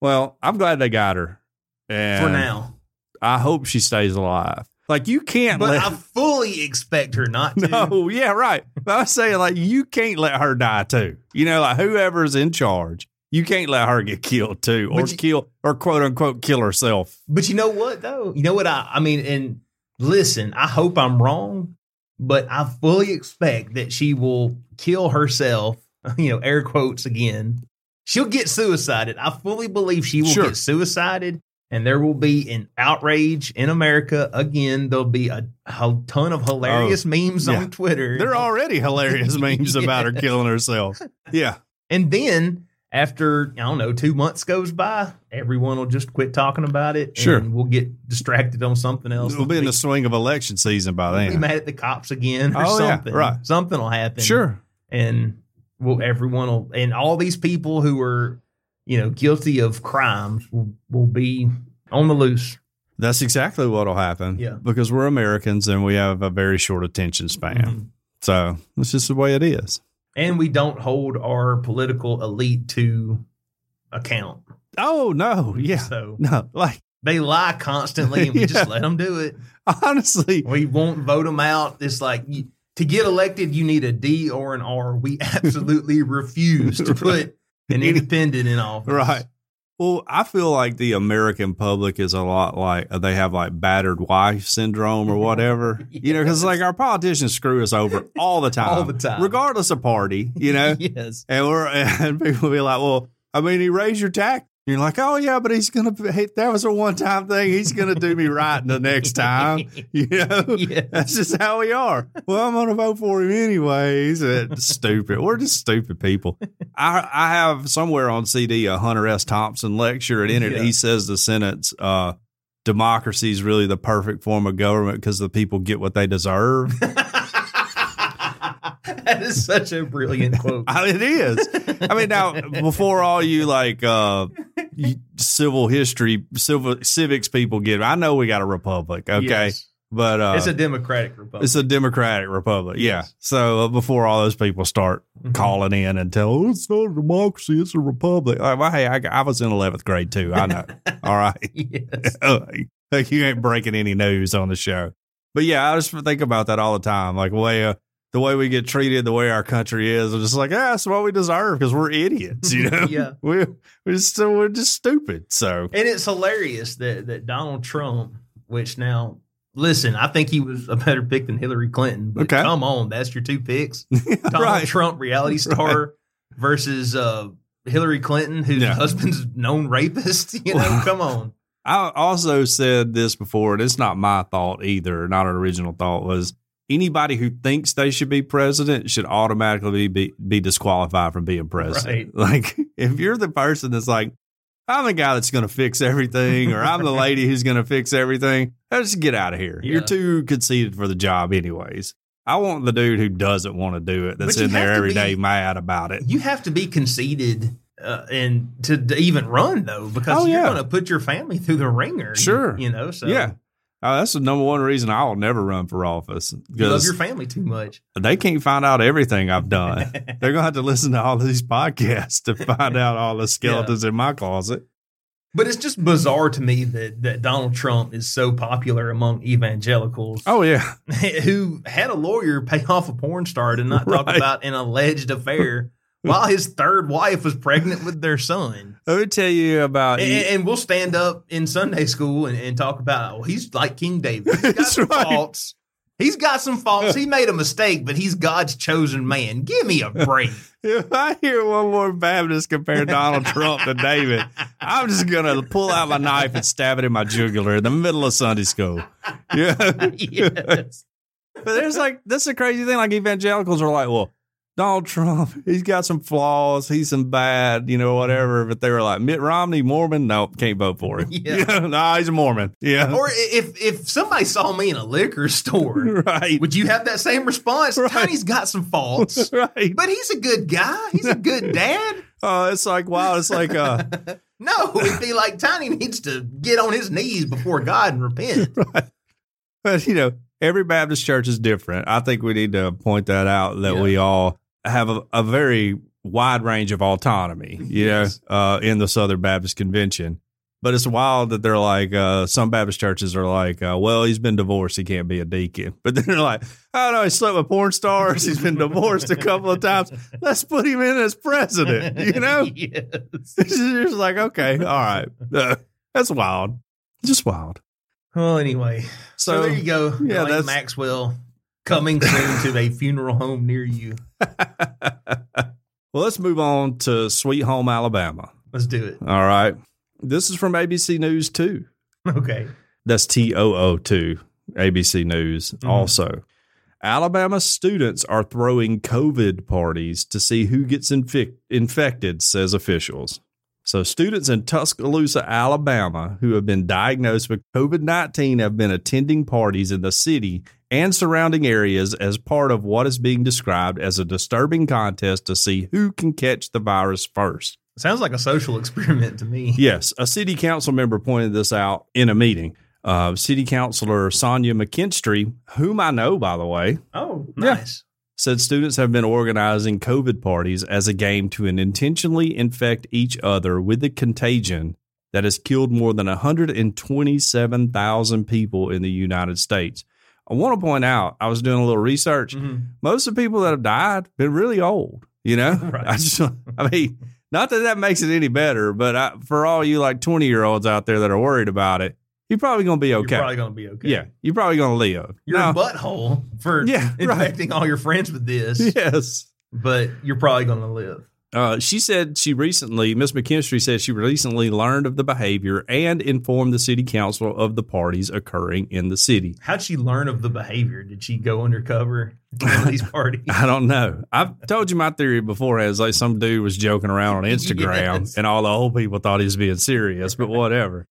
Speaker 2: Well, I'm glad they got her. And
Speaker 3: for now.
Speaker 2: I hope she stays alive. Like you can't
Speaker 3: But
Speaker 2: let
Speaker 3: I fully expect her not to.
Speaker 2: No, yeah, right. But I was saying like you can't let her die too. You know, like whoever's in charge, you can't let her get killed too, or
Speaker 3: But you-
Speaker 2: kill or quote unquote kill herself.
Speaker 3: But you know what though? You know what I I mean and listen, I hope I'm wrong, but I fully expect that she will kill herself, you know, air quotes again. She'll get suicided. I fully believe she will
Speaker 2: Sure.
Speaker 3: get suicided and there will be an outrage in America again. There'll be a, a ton of hilarious memes
Speaker 2: Oh, yeah.
Speaker 3: on Twitter.
Speaker 2: There are already hilarious memes about her killing herself. Yeah.
Speaker 3: And then after I don't know, two months goes by, everyone will just quit talking about it.
Speaker 2: Sure.
Speaker 3: and we'll get distracted on something else.
Speaker 2: We'll be in the swing of election season by
Speaker 3: We'll be
Speaker 2: then.
Speaker 3: mad at the cops again or
Speaker 2: Oh, yeah,
Speaker 3: something.
Speaker 2: right.
Speaker 3: Something will happen.
Speaker 2: Sure.
Speaker 3: and well, everyone will, and all these people who are, you know, guilty of crimes will will be on the loose.
Speaker 2: That's exactly what'll happen.
Speaker 3: Yeah.
Speaker 2: Because we're Americans and we have a very short attention span.
Speaker 3: Mhm.
Speaker 2: So it's just the way it is.
Speaker 3: And we don't hold our political elite to account.
Speaker 2: Oh no. Yeah.
Speaker 3: So
Speaker 2: No. Like
Speaker 3: they lie constantly, and we
Speaker 2: Yeah.
Speaker 3: just let them do it.
Speaker 2: honestly,
Speaker 3: We won't vote them out. It's like you, to get elected, you need a D or an R. We absolutely refuse to put an independent in office.
Speaker 2: Right. Well, I feel like the American public is a lot like they have like battered wife syndrome
Speaker 3: Mm-hmm.
Speaker 2: or whatever. You know, because like our politicians screw us over all the time,
Speaker 3: All the time.
Speaker 2: regardless of party. You know,
Speaker 3: Yes.
Speaker 2: and we're and people be like, well, I mean, he raised your tax. You're like, oh yeah, but he's gonna. Hey, that was a one time thing. He's gonna do me right the next time. You know,
Speaker 3: Yes.
Speaker 2: that's just how we are. Well, I'm gonna vote for him anyways. That's stupid. We're just stupid people. I I have somewhere on CD a Hunter S. Thompson lecture, and in it
Speaker 3: Yeah.
Speaker 2: he says the sentence. Uh, Democracy is really the perfect form of government because the people get what they deserve.
Speaker 3: that is such a brilliant quote.
Speaker 2: I- it is. I mean, now before all you like uh you- civil history, civil civics people get. I know we got a republic, okay,
Speaker 3: Yes.
Speaker 2: but uh,
Speaker 3: it's a democratic republic.
Speaker 2: democratic republic. Yeah.
Speaker 3: Yes.
Speaker 2: So uh, before all those people start
Speaker 3: Mhm.
Speaker 2: calling in and tell, oh, it's not a democracy, it's a republic. Like, well, hey, I, I was in eleventh grade too. I know. all right.
Speaker 3: yes.
Speaker 2: like you ain't breaking any news on the show. But yeah, I just think about that all the time. Like way uh, the way we get treated, the way our country is, I'm just like, yeah, that's what we deserve because we're idiots. You know,
Speaker 3: Yeah.
Speaker 2: we we're just we're just stupid. So
Speaker 3: And it's hilarious that that Donald Trump, which now listen, I think he was a better pick than Hillary Clinton, but
Speaker 2: Okay.
Speaker 3: come on, that's your two picks. Donald
Speaker 2: Right.
Speaker 3: Trump reality star versus uh Hillary Clinton, whose
Speaker 2: Yeah.
Speaker 3: husband's known rapist, you know, come on.
Speaker 2: I also said this before, and it's not my thought either, not an original thought was. Anybody who thinks they should be president should automatically be, be disqualified from being president. Like, if you're the person that's like, I'm the guy that's going to fix everything, or I'm the lady who's going to fix everything. Let's get out of here.
Speaker 3: Yeah.
Speaker 2: You're too conceited for the job, anyways. I want the dude who doesn't want to do it that's
Speaker 3: But you
Speaker 2: in there
Speaker 3: have to
Speaker 2: every
Speaker 3: be-
Speaker 2: day mad about it.
Speaker 3: You have to be conceited uh, and to, to even run though, because
Speaker 2: Oh,
Speaker 3: you're
Speaker 2: yeah.
Speaker 3: going to put your family through the ringer.
Speaker 2: Sure.
Speaker 3: you, know. So
Speaker 2: Yeah. Uh, that's the number one reason I'll never run for office
Speaker 3: you love
Speaker 2: because
Speaker 3: your family too much.
Speaker 2: they can't find out everything I've done. They're going to have to listen to all these podcasts to find out all the skeletons in my closet.
Speaker 3: But it's just bizarre to me that, that Donald Trump is so popular among evangelicals
Speaker 2: Oh, yeah.
Speaker 3: who had a lawyer pay off a porn star to not talk
Speaker 2: Right.
Speaker 3: about an alleged affair while his third wife was pregnant with their son.
Speaker 2: Let me tell you about.
Speaker 3: And, and we'll stand up in Sunday school and, and talk about, oh, he's like King David. He's got
Speaker 2: That's
Speaker 3: some
Speaker 2: right.
Speaker 3: faults. He's got some faults. He made a mistake, but he's God's chosen man. Give me a break.
Speaker 2: If I hear one more Baptist compare Donald Trump to David, I'm just gonna pull out my knife and stab it in my jugular in the middle of Sunday school. Yeah, but
Speaker 3: yes.
Speaker 2: there's like that's the crazy thing. Like evangelicals are like, well, Donald Trump, he's got some flaws, he's some bad, you know, whatever. But they were like Mitt Romney, Mormon, nope, can't vote for him.
Speaker 3: Yeah.
Speaker 2: nah, he's a Mormon. Yeah,
Speaker 3: Or i- if if somebody saw me in a liquor store,
Speaker 2: right,
Speaker 3: would you have that same response?
Speaker 2: Right.
Speaker 3: Tony's got some faults,
Speaker 2: right.
Speaker 3: but he's a good guy. He's a good dad.
Speaker 2: Oh, it's like wow, it's like uh,
Speaker 3: No, it'd be like Tiny needs to get on his knees before God and repent.
Speaker 2: But you know, every Baptist church is different. I think we need to point that out that
Speaker 3: Yeah.
Speaker 2: we all have a, a very wide range of autonomy, you
Speaker 3: Yes.
Speaker 2: know, uh, in the Southern Baptist Convention. But it's wild that they're like, uh, some Baptist churches are like, uh, well, he's been divorced. He can't be a deacon. But then they're like, oh, no, he slept with porn stars. He's been divorced a couple of times. Let's put him in as president, you know?
Speaker 3: yes.
Speaker 2: It's just like, okay, all right. Uh, that's wild. Just wild.
Speaker 3: Well, anyway,
Speaker 2: So,
Speaker 3: so, there you go.
Speaker 2: yeah,
Speaker 3: Elaine
Speaker 2: that's-
Speaker 3: Maxwell coming soon to a funeral home near you.
Speaker 2: well, let's move on to Sweet Home Alabama.
Speaker 3: Let's do it.
Speaker 2: All right. This is from ABC News 2.
Speaker 3: Okay.
Speaker 2: That's T O O 2, ABC News also. Alabama students are throwing COVID parties to see who gets infic- infected, says officials. So, students in Tuscaloosa, Alabama, who have been diagnosed with COVID 19 have been attending parties in the city and surrounding areas as part of what is being described as a disturbing contest to see who can catch the virus first.
Speaker 3: Sounds like a social experiment to me.
Speaker 2: Yes, a city council member pointed this out in a meeting. Uh, city councilor Sonia McKinstry, whom I know by the way,
Speaker 3: Oh,
Speaker 2: Yeah.
Speaker 3: nice.
Speaker 2: said students have been organizing COVID parties as a game to intentionally infect each other with the contagion that has killed more than 127,000 people in the United States. I want to point out, I was doing a little research
Speaker 3: Mhm.
Speaker 2: most of the people that have died been really old. You know,
Speaker 3: Right.
Speaker 2: I just, I mean, Not that that makes it any better, but I, for all you like 20 year olds out there that are worried about it, you're probably going to be okay.
Speaker 3: You're probably gonna be okay.
Speaker 2: Yeah, you're probably going to live.
Speaker 3: You're
Speaker 2: Now-
Speaker 3: a butthole for
Speaker 2: Yeah, right.
Speaker 3: infecting all your friends with this,
Speaker 2: yes.
Speaker 3: but you're probably gonna live.
Speaker 2: Uh, she said she recently, Miss McKinstry said she recently learned of the behavior and informed the city council of the parties occurring in the city.
Speaker 3: How'd she learn of the behavior? Did she go undercover at these parties?
Speaker 2: I don't know. I've told you my theory before as like some dude was joking around on Instagram
Speaker 3: Yes.
Speaker 2: and all the old people thought he was being serious, but whatever.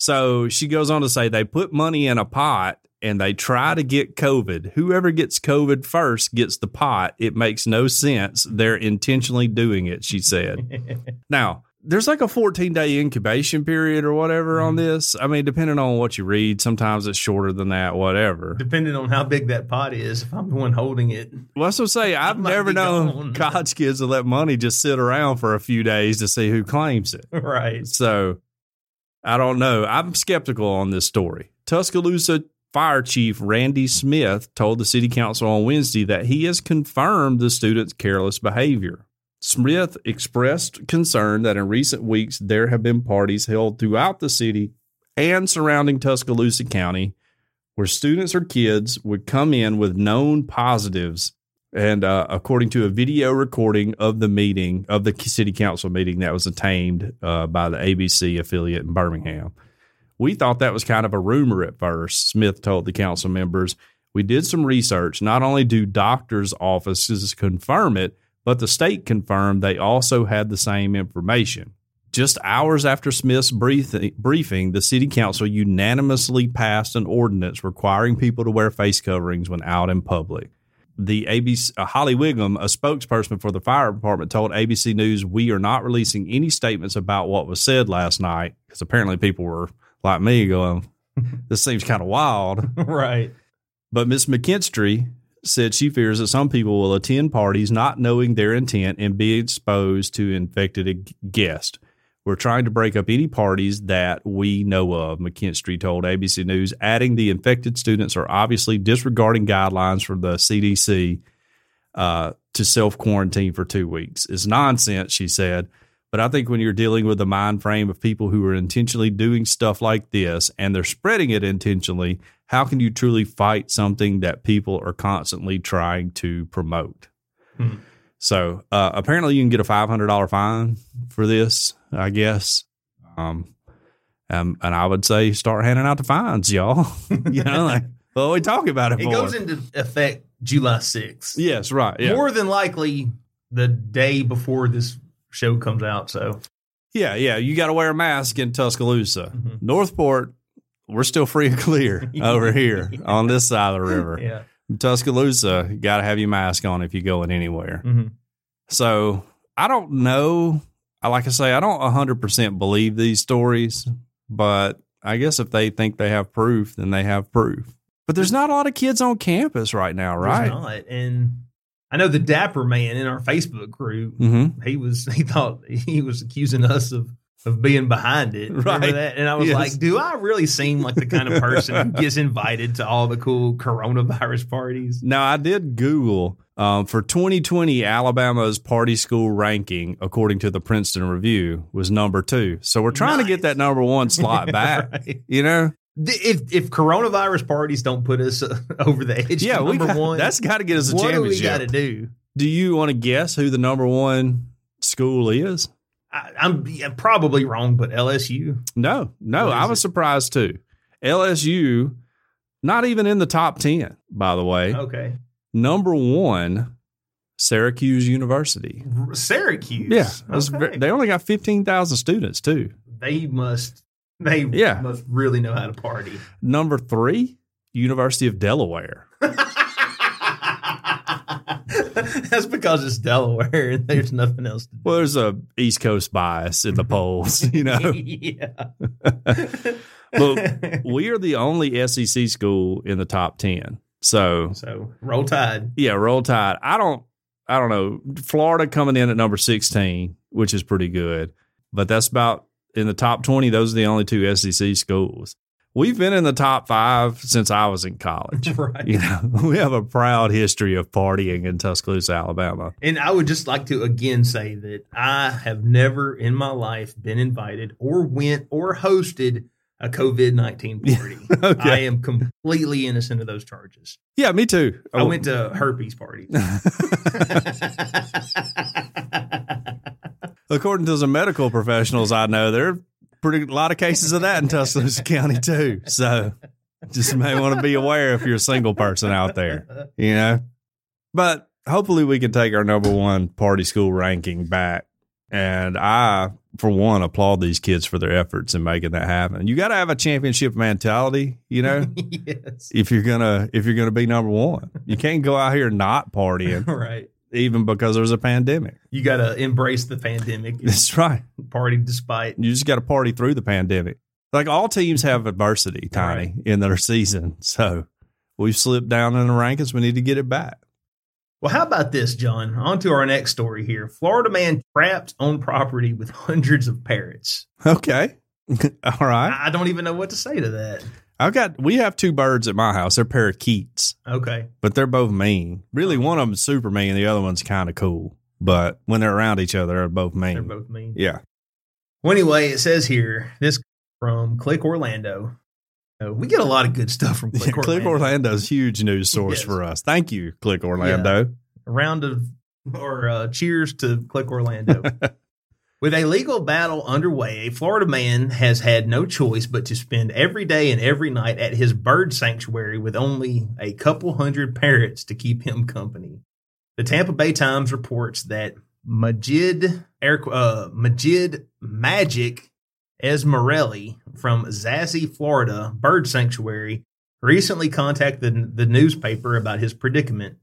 Speaker 2: So she goes on to say they put money in a pot and they try to get COVID. Whoever gets COVID first gets the pot. It makes no sense. They're intentionally doing it, she said. Now, there's like a 14 day incubation period or whatever on this. I mean, depending on what you read, sometimes it's shorter than that, whatever.
Speaker 3: Depending on how big that pot is, if I'm the one holding it,
Speaker 2: Well, that's what I'm saying. I've
Speaker 3: might
Speaker 2: never
Speaker 3: be
Speaker 2: known
Speaker 3: gone.
Speaker 2: college kids to let money just sit around for a few days to see who claims it.
Speaker 3: right?
Speaker 2: So I don't know. I'm skeptical on this story. Tuscaloosa Fire Chief Randy Smith told the city council on Wednesday that he has confirmed the students' careless behavior. Smith expressed concern that in recent weeks there have been parties held throughout the city and surrounding Tuscaloosa County where students or kids would come in with known positives. And uh, according to a video recording of the meeting, of the city council meeting that was attained uh, by the ABC affiliate in Birmingham, we thought that was kind of a rumor at first, Smith told the council members. We did some research. Not only do doctors' offices confirm it, but the state confirmed they also had the same information. Just hours after Smith's briefing, briefing, the city council unanimously passed an ordinance requiring people to wear face coverings when out in public. The ABC uh, Holly Wiggum, a spokesperson for the fire department, told ABC News, "We are not releasing any statements about what was said last night because apparently people were like me going, this seems kind of wild."
Speaker 3: right.
Speaker 2: But Miss McKinstry said she fears that some people will attend parties not knowing their intent and be exposed to infected guests. We're trying to break up any parties that we know of, McKinstry told ABC News, adding the infected students are obviously disregarding guidelines from the CDC uh, to self quarantine for two weeks. It's nonsense, she said. But I think when you're dealing with the mind frame of people who are intentionally doing stuff like this and they're spreading it intentionally, how can you truly fight something that people are constantly trying to promote?
Speaker 3: Hmm.
Speaker 2: So uh, apparently, you can get a five hundred dollar fine for this, I guess. Um, um, and I would say start handing out the fines, y'all. you know, like well, we talk about it.
Speaker 3: It
Speaker 2: for.
Speaker 3: goes into effect July 6th.
Speaker 2: yes, right, yeah,
Speaker 3: More than likely the day before this show comes out. So
Speaker 2: yeah, yeah. You got to wear a mask in Tuscaloosa,
Speaker 3: Mhm.
Speaker 2: Northport. We're still free and clear over here on this side of the river.
Speaker 3: yeah.
Speaker 2: Tuscaloosa, got to have your mask on if you're going anywhere.
Speaker 3: Mhm.
Speaker 2: So I don't know. I like I say, I don't 100% believe these stories, but I guess if they think they have proof, then they have proof. But there's not a lot of kids on campus right now,
Speaker 3: There's
Speaker 2: right?
Speaker 3: not. And I know the dapper man in our Facebook group,
Speaker 2: Mm-hmm.
Speaker 3: he was he thought he was accusing us of of being behind it. Remember
Speaker 2: Right.
Speaker 3: that? And I was
Speaker 2: Yes.
Speaker 3: like, do I really seem like the kind of person who gets invited to all the cool coronavirus parties?
Speaker 2: Now, I did Google um, for 2020, Alabama's party school ranking, according to the Princeton Review, was number two. So we're trying to get that number one slot back,
Speaker 3: Right.
Speaker 2: you know?
Speaker 3: If if coronavirus parties don't put us uh, over the edge,
Speaker 2: Yeah,
Speaker 3: to
Speaker 2: we
Speaker 3: number
Speaker 2: got,
Speaker 3: one.
Speaker 2: that's got to get us a
Speaker 3: what do
Speaker 2: championship.
Speaker 3: we got to do?
Speaker 2: Do you want to guess who the number one school is?
Speaker 3: I, I'm yeah, probably wrong, but LSU.
Speaker 2: No, no,
Speaker 3: What
Speaker 2: I
Speaker 3: is
Speaker 2: was
Speaker 3: it?
Speaker 2: surprised too. LSU, not even in the top 10, by the way.
Speaker 3: Okay,
Speaker 2: Number one, Syracuse University.
Speaker 3: R- Syracuse.
Speaker 2: Yeah, that was
Speaker 3: Okay.
Speaker 2: ve- they only got 15,000 students too.
Speaker 3: they must. They
Speaker 2: Yeah.
Speaker 3: must really know how to party.
Speaker 2: Number three, University of Delaware.
Speaker 3: That's because it's Delaware and there's nothing else to do.
Speaker 2: Well, there's a East Coast bias in the
Speaker 3: Mm-hmm.
Speaker 2: polls, you know.
Speaker 3: yeah.
Speaker 2: But- we are the only SEC school in the top 10. So
Speaker 3: so roll tide.
Speaker 2: Yeah, roll tide. I don't I don't know. Florida coming in at number 16, which is pretty good. But that's about in the top 20, those are the only two SEC E schools. We've been in the top five since I was in college.
Speaker 3: right.
Speaker 2: You know, we have a proud history of partying in Tuscaloosa, Alabama.
Speaker 3: And I would just like to again say that I have never in my life been invited or went or hosted a COVID 19 party.
Speaker 2: Okay.
Speaker 3: I am completely innocent of those charges.
Speaker 2: yeah, me too.
Speaker 3: I went to herpes parties.
Speaker 2: According to some medical professionals I know, there are pretty a lot of cases of that in Tuscaloosa County too. So just may want to be aware if you're a single person out there, you know. But hopefully we can take our number one party school ranking back. And I, for one, applaud these kids for their efforts in making that happen. You gotta have a championship mentality, you know,
Speaker 3: yes.
Speaker 2: if you're gonna if you're gonna be number one. You can't go out here not partying,
Speaker 3: Right.
Speaker 2: even because there's a pandemic.
Speaker 3: You got to embrace the pandemic and
Speaker 2: That's right.
Speaker 3: party despite.
Speaker 2: You just got to party through the pandemic. Like all teams have adversity, Tiny, in their season. So we've slipped down in the rankings. We need to get it back.
Speaker 3: Well, how about this, John? On to our next story here. Florida man trapped on property with hundreds of parrots.
Speaker 2: Okay. all right.
Speaker 3: I I don't even know what to say to that.
Speaker 2: I've got, we have two birds at my house. They're parakeets,
Speaker 3: Okay.
Speaker 2: but they're both mean. Really, one of them's super mean. The other one's kind of cool. But when they're around each other, they're both mean.
Speaker 3: They're both mean.
Speaker 2: yeah.
Speaker 3: Well, anyway, it says here this from Click Orlando. Uh, we get a lot of good stuff from Click
Speaker 2: Click,
Speaker 3: Orlando.
Speaker 2: Orlando's huge news source
Speaker 3: Yes.
Speaker 2: for us. Thank you, Click Orlando.
Speaker 3: A round of or uh, cheers to Click Orlando. With a legal battle underway, a Florida man has had no choice but to spend every day and every night at his bird sanctuary with only a couple hundred parrots to keep him company. The Tampa Bay Times reports that Majid air, uh, Majid Magic Esmerelli from Zazie, Florida Bird Sanctuary recently contacted the newspaper about his predicament.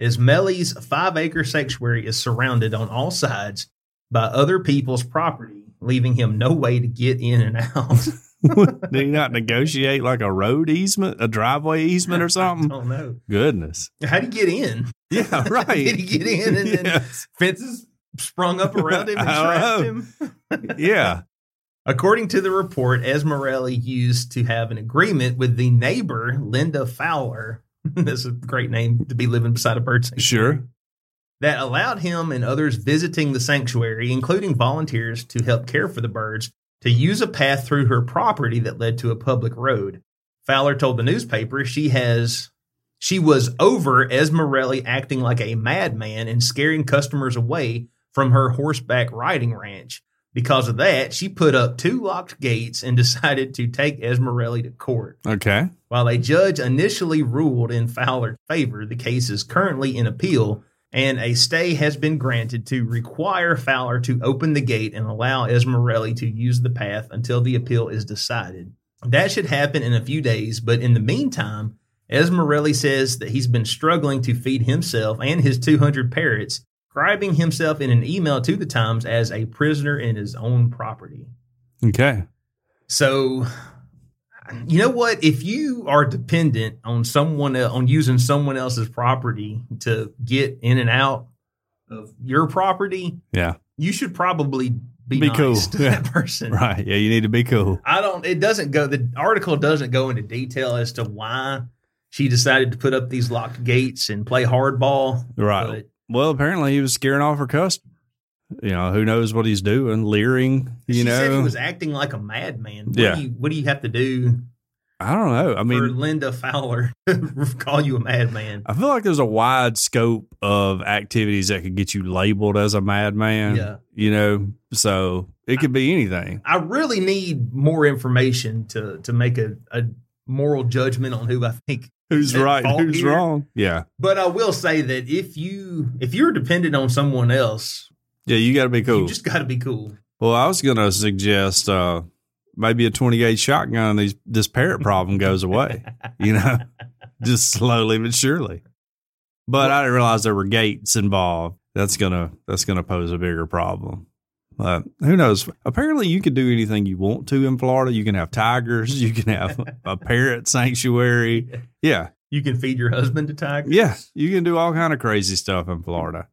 Speaker 3: Esmerelli's five-acre sanctuary is surrounded on all sides by other people's property, leaving him no way to get in and out.
Speaker 2: Did he not negotiate like a road easement, a driveway easement or
Speaker 3: I
Speaker 2: something?
Speaker 3: don't know.
Speaker 2: Goodness.
Speaker 3: How do you get in?
Speaker 2: Yeah, right.
Speaker 3: Did he get in and then
Speaker 2: Yes.
Speaker 3: fences sprung up around him and
Speaker 2: I
Speaker 3: trapped
Speaker 2: don't
Speaker 3: him?
Speaker 2: yeah.
Speaker 3: According to the report, Esmerelli used to have an agreement with the neighbor, Linda Fowler. That's a great name to be living beside a bird sanctuary.
Speaker 2: Sure.
Speaker 3: That allowed him and others visiting the sanctuary, including volunteers to help care for the birds, to use a path through her property that led to a public road. Fowler told the newspaper she has she was over Esmerelli acting like a madman and scaring customers away from her horseback riding ranch. Because of that, she put up two locked gates and decided to take Esmerelli to court.
Speaker 2: Okay.
Speaker 3: While a judge initially ruled in Fowler's favor, the case is currently in appeal, and a stay has been granted to require Fowler to open the gate and allow Esmerelli to use the path until the appeal is decided. That should happen in a few days, but in the meantime, Esmerelli says that he's been struggling to feed himself and his 200 parrots, describing himself in an email to the Times as a prisoner in his own property.
Speaker 2: Okay.
Speaker 3: So, you know what? If you are dependent on someone el- on using someone else's property to get in and out of your property,
Speaker 2: Yeah.
Speaker 3: you should probably be,
Speaker 2: Be
Speaker 3: nice
Speaker 2: cool.
Speaker 3: to
Speaker 2: Yeah.
Speaker 3: that person.
Speaker 2: Right. Yeah. You need to be cool.
Speaker 3: I don't. It doesn't go. The article doesn't go into detail as to why she decided to put up these locked gates and play hardball.
Speaker 2: Right.
Speaker 3: But
Speaker 2: Well, apparently he was scaring off her customer. You know, who knows what he's doing, leering, you
Speaker 3: she said
Speaker 2: know.
Speaker 3: he was acting like a madman. What
Speaker 2: Yeah.
Speaker 3: Do you, what do you have to do
Speaker 2: I don't know. I
Speaker 3: for
Speaker 2: mean,
Speaker 3: Linda Fowler to call you a madman?
Speaker 2: I feel like there's a wide scope of activities that could get you labeled as a madman.
Speaker 3: Yeah.
Speaker 2: You know, so it could be anything.
Speaker 3: I really need more information to to make a, a moral judgment on who I think.
Speaker 2: Who's
Speaker 3: at
Speaker 2: right?
Speaker 3: fault
Speaker 2: Who's
Speaker 3: here.
Speaker 2: wrong? Yeah.
Speaker 3: But I will say that if you if you're dependent on someone else,
Speaker 2: Yeah. You got to be cool.
Speaker 3: you just got to be cool.
Speaker 2: Well, I was going to suggest uh, maybe a 28 shotgun and these, this parrot problem goes away, you know, just slowly but surely. But I didn't realize there were gates involved. That's going to that's going to pose a bigger problem. But who knows? Apparently, you can do anything you want to in Florida. You can have tigers. You can have a parrot sanctuary. Yeah.
Speaker 3: You can feed your husband to tigers.
Speaker 2: Yeah. You can do all kind of crazy stuff in Florida.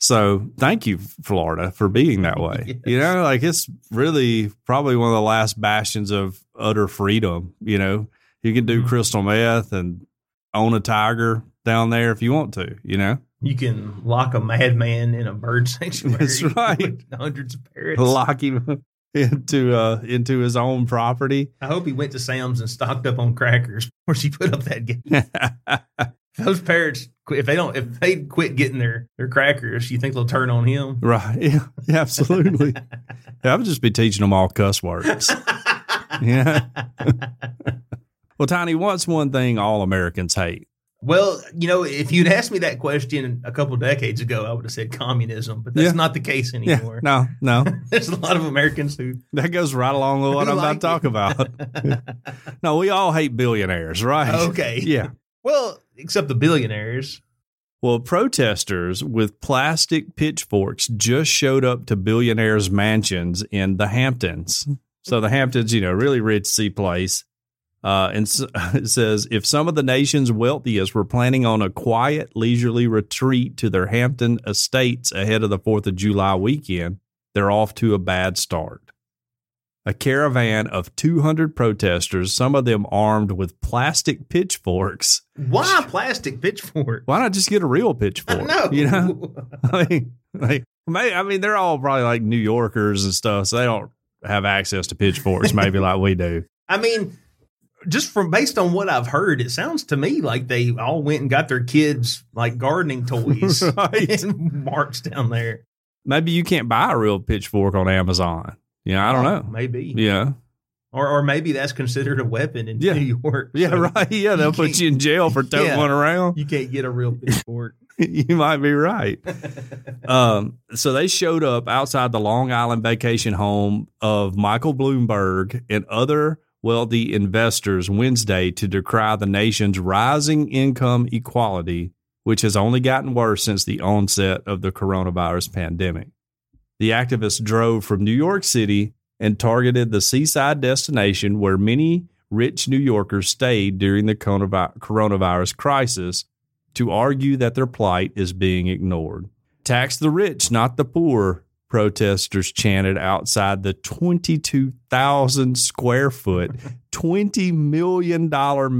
Speaker 2: So thank you, Florida, for being that way.
Speaker 3: Yes.
Speaker 2: You know, like it's really probably one of the last bastions of utter freedom. You know, you can do
Speaker 3: Mhm.
Speaker 2: crystal meth and own a tiger down there if you want to, you know,
Speaker 3: You can lock a madman in a bird sanctuary.
Speaker 2: That's right.
Speaker 3: with hundreds of parrots.
Speaker 2: lock him into uh into his own property.
Speaker 3: I hope he went to Sam's and stocked up on crackers before she put up that game. Those parrots, quit- if they don't, if they quit getting their their crackers, you think they'll turn on him?
Speaker 2: right. Yeah, yeah, absolutely. yeah, I would just be teaching them all cuss words. Yeah. Well, Tiny, what's one thing all Americans hate?
Speaker 3: well, you know, if you'd asked me that question a couple decades ago, I would have said communism, but that's
Speaker 2: Yeah.
Speaker 3: not the case anymore.
Speaker 2: Yeah, no, no.
Speaker 3: There's a lot of Americans who
Speaker 2: that goes right along with what
Speaker 3: Who
Speaker 2: I'm
Speaker 3: like
Speaker 2: about to talk about. no, we all hate billionaires, right?
Speaker 3: okay,
Speaker 2: Yeah.
Speaker 3: Well, except the billionaires.
Speaker 2: Well, protesters with plastic pitchforks just showed up to billionaires' mansions in the Hamptons. So the Hamptons, you know, really rich sea place. Uh, and s it says if some of the nation's wealthiest were planning on a quiet, leisurely retreat to their Hampton estates ahead of the Fourth of July weekend, they're off to a bad start. A caravan of 200 protesters, some of them armed with plastic pitchforks.
Speaker 3: Why plastic pitchfork?
Speaker 2: Why not just get a real pitchfork?
Speaker 3: No,
Speaker 2: You know, I mean, like, may, I mean, they're all probably like New Yorkers and stuff, so they don't have access to pitchforks, maybe like we do.
Speaker 3: I mean, just from based on what I've heard, it sounds to me like they all went and got their kids like gardening toys
Speaker 2: Right.
Speaker 3: and marched down there.
Speaker 2: Maybe you can't buy a real pitchfork on Amazon. You know, I don't know.
Speaker 3: Oh, Maybe,
Speaker 2: Yeah,
Speaker 3: or or maybe that's considered a weapon in
Speaker 2: Yeah.
Speaker 3: New York.
Speaker 2: yeah,
Speaker 3: so
Speaker 2: right. Yeah, they'll
Speaker 3: you
Speaker 2: put
Speaker 3: can't-
Speaker 2: you in jail for toting
Speaker 3: Yeah.
Speaker 2: one around.
Speaker 3: You can't get a real pitchfork.
Speaker 2: you might be right. um, so they showed up outside the Long Island vacation home of Michael Bloomberg and other wealthy investors Wednesday to decry the nation's rising income equality, which has only gotten worse since the onset of the coronavirus pandemic. The activists drove from New York City and targeted the seaside destination where many rich New Yorkers stayed during the coronavi- coronavirus crisis to argue that their plight is being ignored. Tax the rich, not the poor, protesters chanted outside the 22,000 square foot, $20 million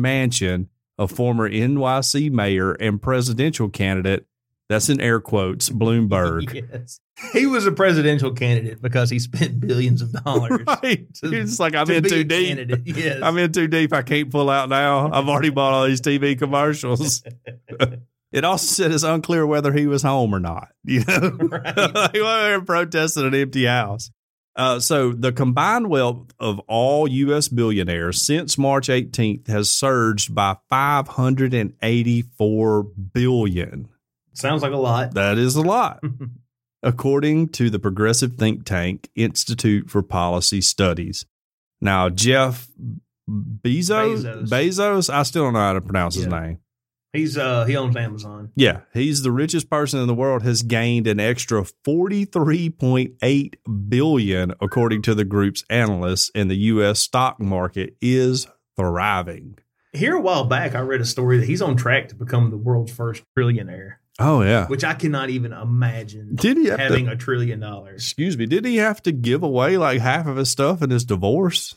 Speaker 2: mansion of former NYC mayor and presidential candidate. That's in air quotes, Bloomberg.
Speaker 3: yes, he was a presidential candidate because he spent billions of dollars.
Speaker 2: Right.
Speaker 3: To-
Speaker 2: it's like I'm
Speaker 3: to
Speaker 2: in
Speaker 3: be
Speaker 2: too
Speaker 3: a
Speaker 2: deep.
Speaker 3: candidate, Yes.
Speaker 2: I'm in too deep. I can't pull out now. I've already bought all these TV commercials. it also said it's unclear whether he was home or not. You know,
Speaker 3: Right.
Speaker 2: like, well, they're protesting an empty house. Uh, so the combined wealth of all U.S. billionaires since March 18th has surged by 584 billion.
Speaker 3: Sounds like a lot.
Speaker 2: That is a lot. according to the progressive think tank Institute for Policy Studies. Now, Jeff Bezos,
Speaker 3: Bezos.
Speaker 2: Bezos, I still don't know how to pronounce his
Speaker 3: Yeah.
Speaker 2: name.
Speaker 3: He's uh he owns Amazon.
Speaker 2: Yeah, he's the richest person in the world has gained an extra 43.8 billion according to the group's analysts and the US stock market is thriving.
Speaker 3: Here a while back, I read a story that he's on track to become the world's first trillionaire,
Speaker 2: Oh yeah.
Speaker 3: which I cannot even imagine
Speaker 2: Did he have
Speaker 3: having
Speaker 2: to
Speaker 3: a trillion dollars.
Speaker 2: Excuse me, did he have to give away like half of his stuff in his divorce?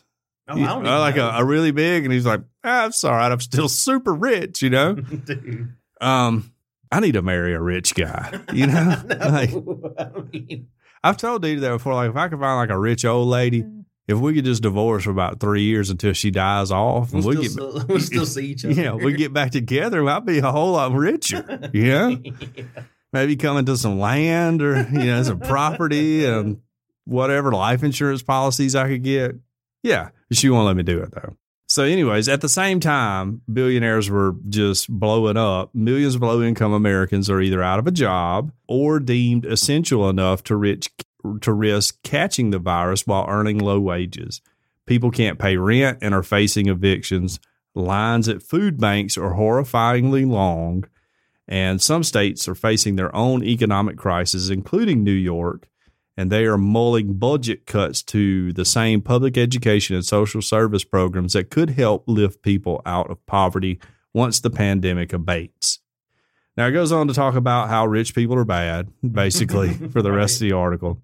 Speaker 3: Oh,
Speaker 2: Yeah,
Speaker 3: even
Speaker 2: uh, like a,
Speaker 3: know.
Speaker 2: a really big, and he's like, ah, "It's all right. I'm still super rich." You know,
Speaker 3: Dude.
Speaker 2: um, I need to marry a rich guy. You know,
Speaker 3: No,
Speaker 2: like
Speaker 3: I mean,
Speaker 2: I've told Dita that before. Like if I could find like a rich old lady, if we could just divorce for about three years until she dies off,
Speaker 3: we'll,
Speaker 2: and we
Speaker 3: still,
Speaker 2: get
Speaker 3: so- we'll still see each other.
Speaker 2: yeah, we get back together, I'd be a whole lot richer. Yeah, maybe come into some land or you know some property and whatever life insurance policies I could get. Yeah, she won't let me do it though. So, anyways, at the same time, billionaires were just blowing up. Millions of low income Americans are either out of a job or deemed essential enough to rich to risk catching the virus while earning low wages. People can't pay rent and are facing evictions. Lines at food banks are horrifyingly long. And some states are facing their own economic crisis, including New York, and they are mulling budget cuts to the same public education and social service programs that could help lift people out of poverty once the pandemic abates. Now it goes on to talk about how rich people are bad, basically, for the rest of the article.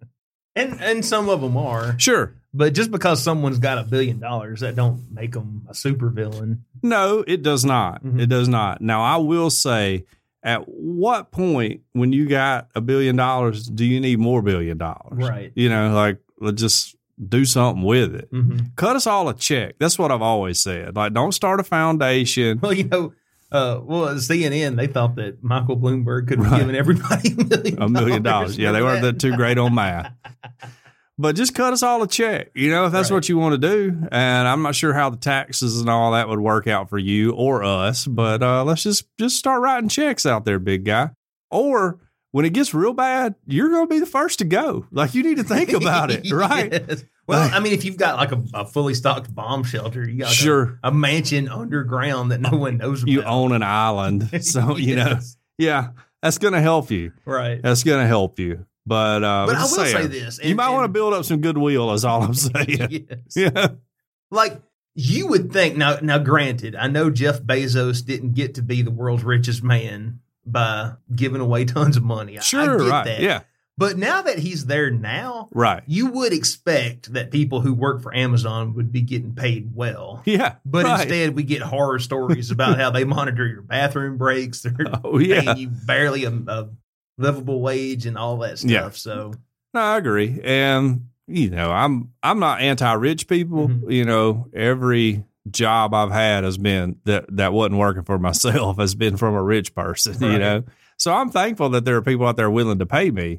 Speaker 3: And and some of them are,
Speaker 2: Sure.
Speaker 3: but just because someone's got a billion dollars, that don't make them a supervillain.
Speaker 2: No, it does not.
Speaker 3: Mhm.
Speaker 2: It does not. Now I will say, at what point when you got a billion dollars, do you need more billion dollars?
Speaker 3: Right.
Speaker 2: You know, like let's just do something with it.
Speaker 3: Mhm.
Speaker 2: Cut us all a check. That's what I've always said. Like, don't start a foundation.
Speaker 3: Well, you know, uh, well, at CNN they thought that Michael Bloomberg could have
Speaker 2: Right.
Speaker 3: given everybody a million
Speaker 2: a million dollars. Yeah, they weren't
Speaker 3: Remember
Speaker 2: that too great on math. But just cut us all a check, you know, if that's
Speaker 3: Right.
Speaker 2: what you want to do. And I'm not sure how the taxes and all that would work out for you or us, but uh, let's just just start writing checks out there, big guy. Or when it gets real bad, you're going to be the first to go. Like you need to think about it, right?
Speaker 3: Yes. Well,
Speaker 2: Like-
Speaker 3: I mean, if you've got like a, a fully stocked bomb shelter, you got like, a-
Speaker 2: Sure, Oh,
Speaker 3: a, mansion underground that no one knows about.
Speaker 2: you own an island, so you know,
Speaker 3: Yes.
Speaker 2: yeah, that's going to help you.
Speaker 3: right?
Speaker 2: That's going to help you. But uh,
Speaker 3: but I will
Speaker 2: just
Speaker 3: say
Speaker 2: saying,
Speaker 3: this:
Speaker 2: you might want to
Speaker 3: to
Speaker 2: build up some goodwill. Is all I'm saying.
Speaker 3: yes.
Speaker 2: Yeah.
Speaker 3: Like you would think now now granted, I know Jeff Bezos didn't get to be the world's richest man by giving away tons of money. I-
Speaker 2: Sure,
Speaker 3: I get
Speaker 2: right.
Speaker 3: that.
Speaker 2: Yeah,
Speaker 3: But now that he's there now,
Speaker 2: right.
Speaker 3: you would expect that people who work for Amazon would be getting paid well.
Speaker 2: Yeah.
Speaker 3: But
Speaker 2: right.
Speaker 3: instead we get horror stories about how they monitor your bathroom breaks, they're
Speaker 2: oh, yeah.
Speaker 3: paying you barely a, a livable wage and all that stuff.
Speaker 2: Yeah.
Speaker 3: So
Speaker 2: No, I agree. And you know, I'm I'm not anti-rich people.
Speaker 3: Mhm.
Speaker 2: You know, every job I've had has been that that wasn't working for myself has been from a rich person, you
Speaker 3: Right.
Speaker 2: know. So I'm thankful that there are people out there willing to pay me.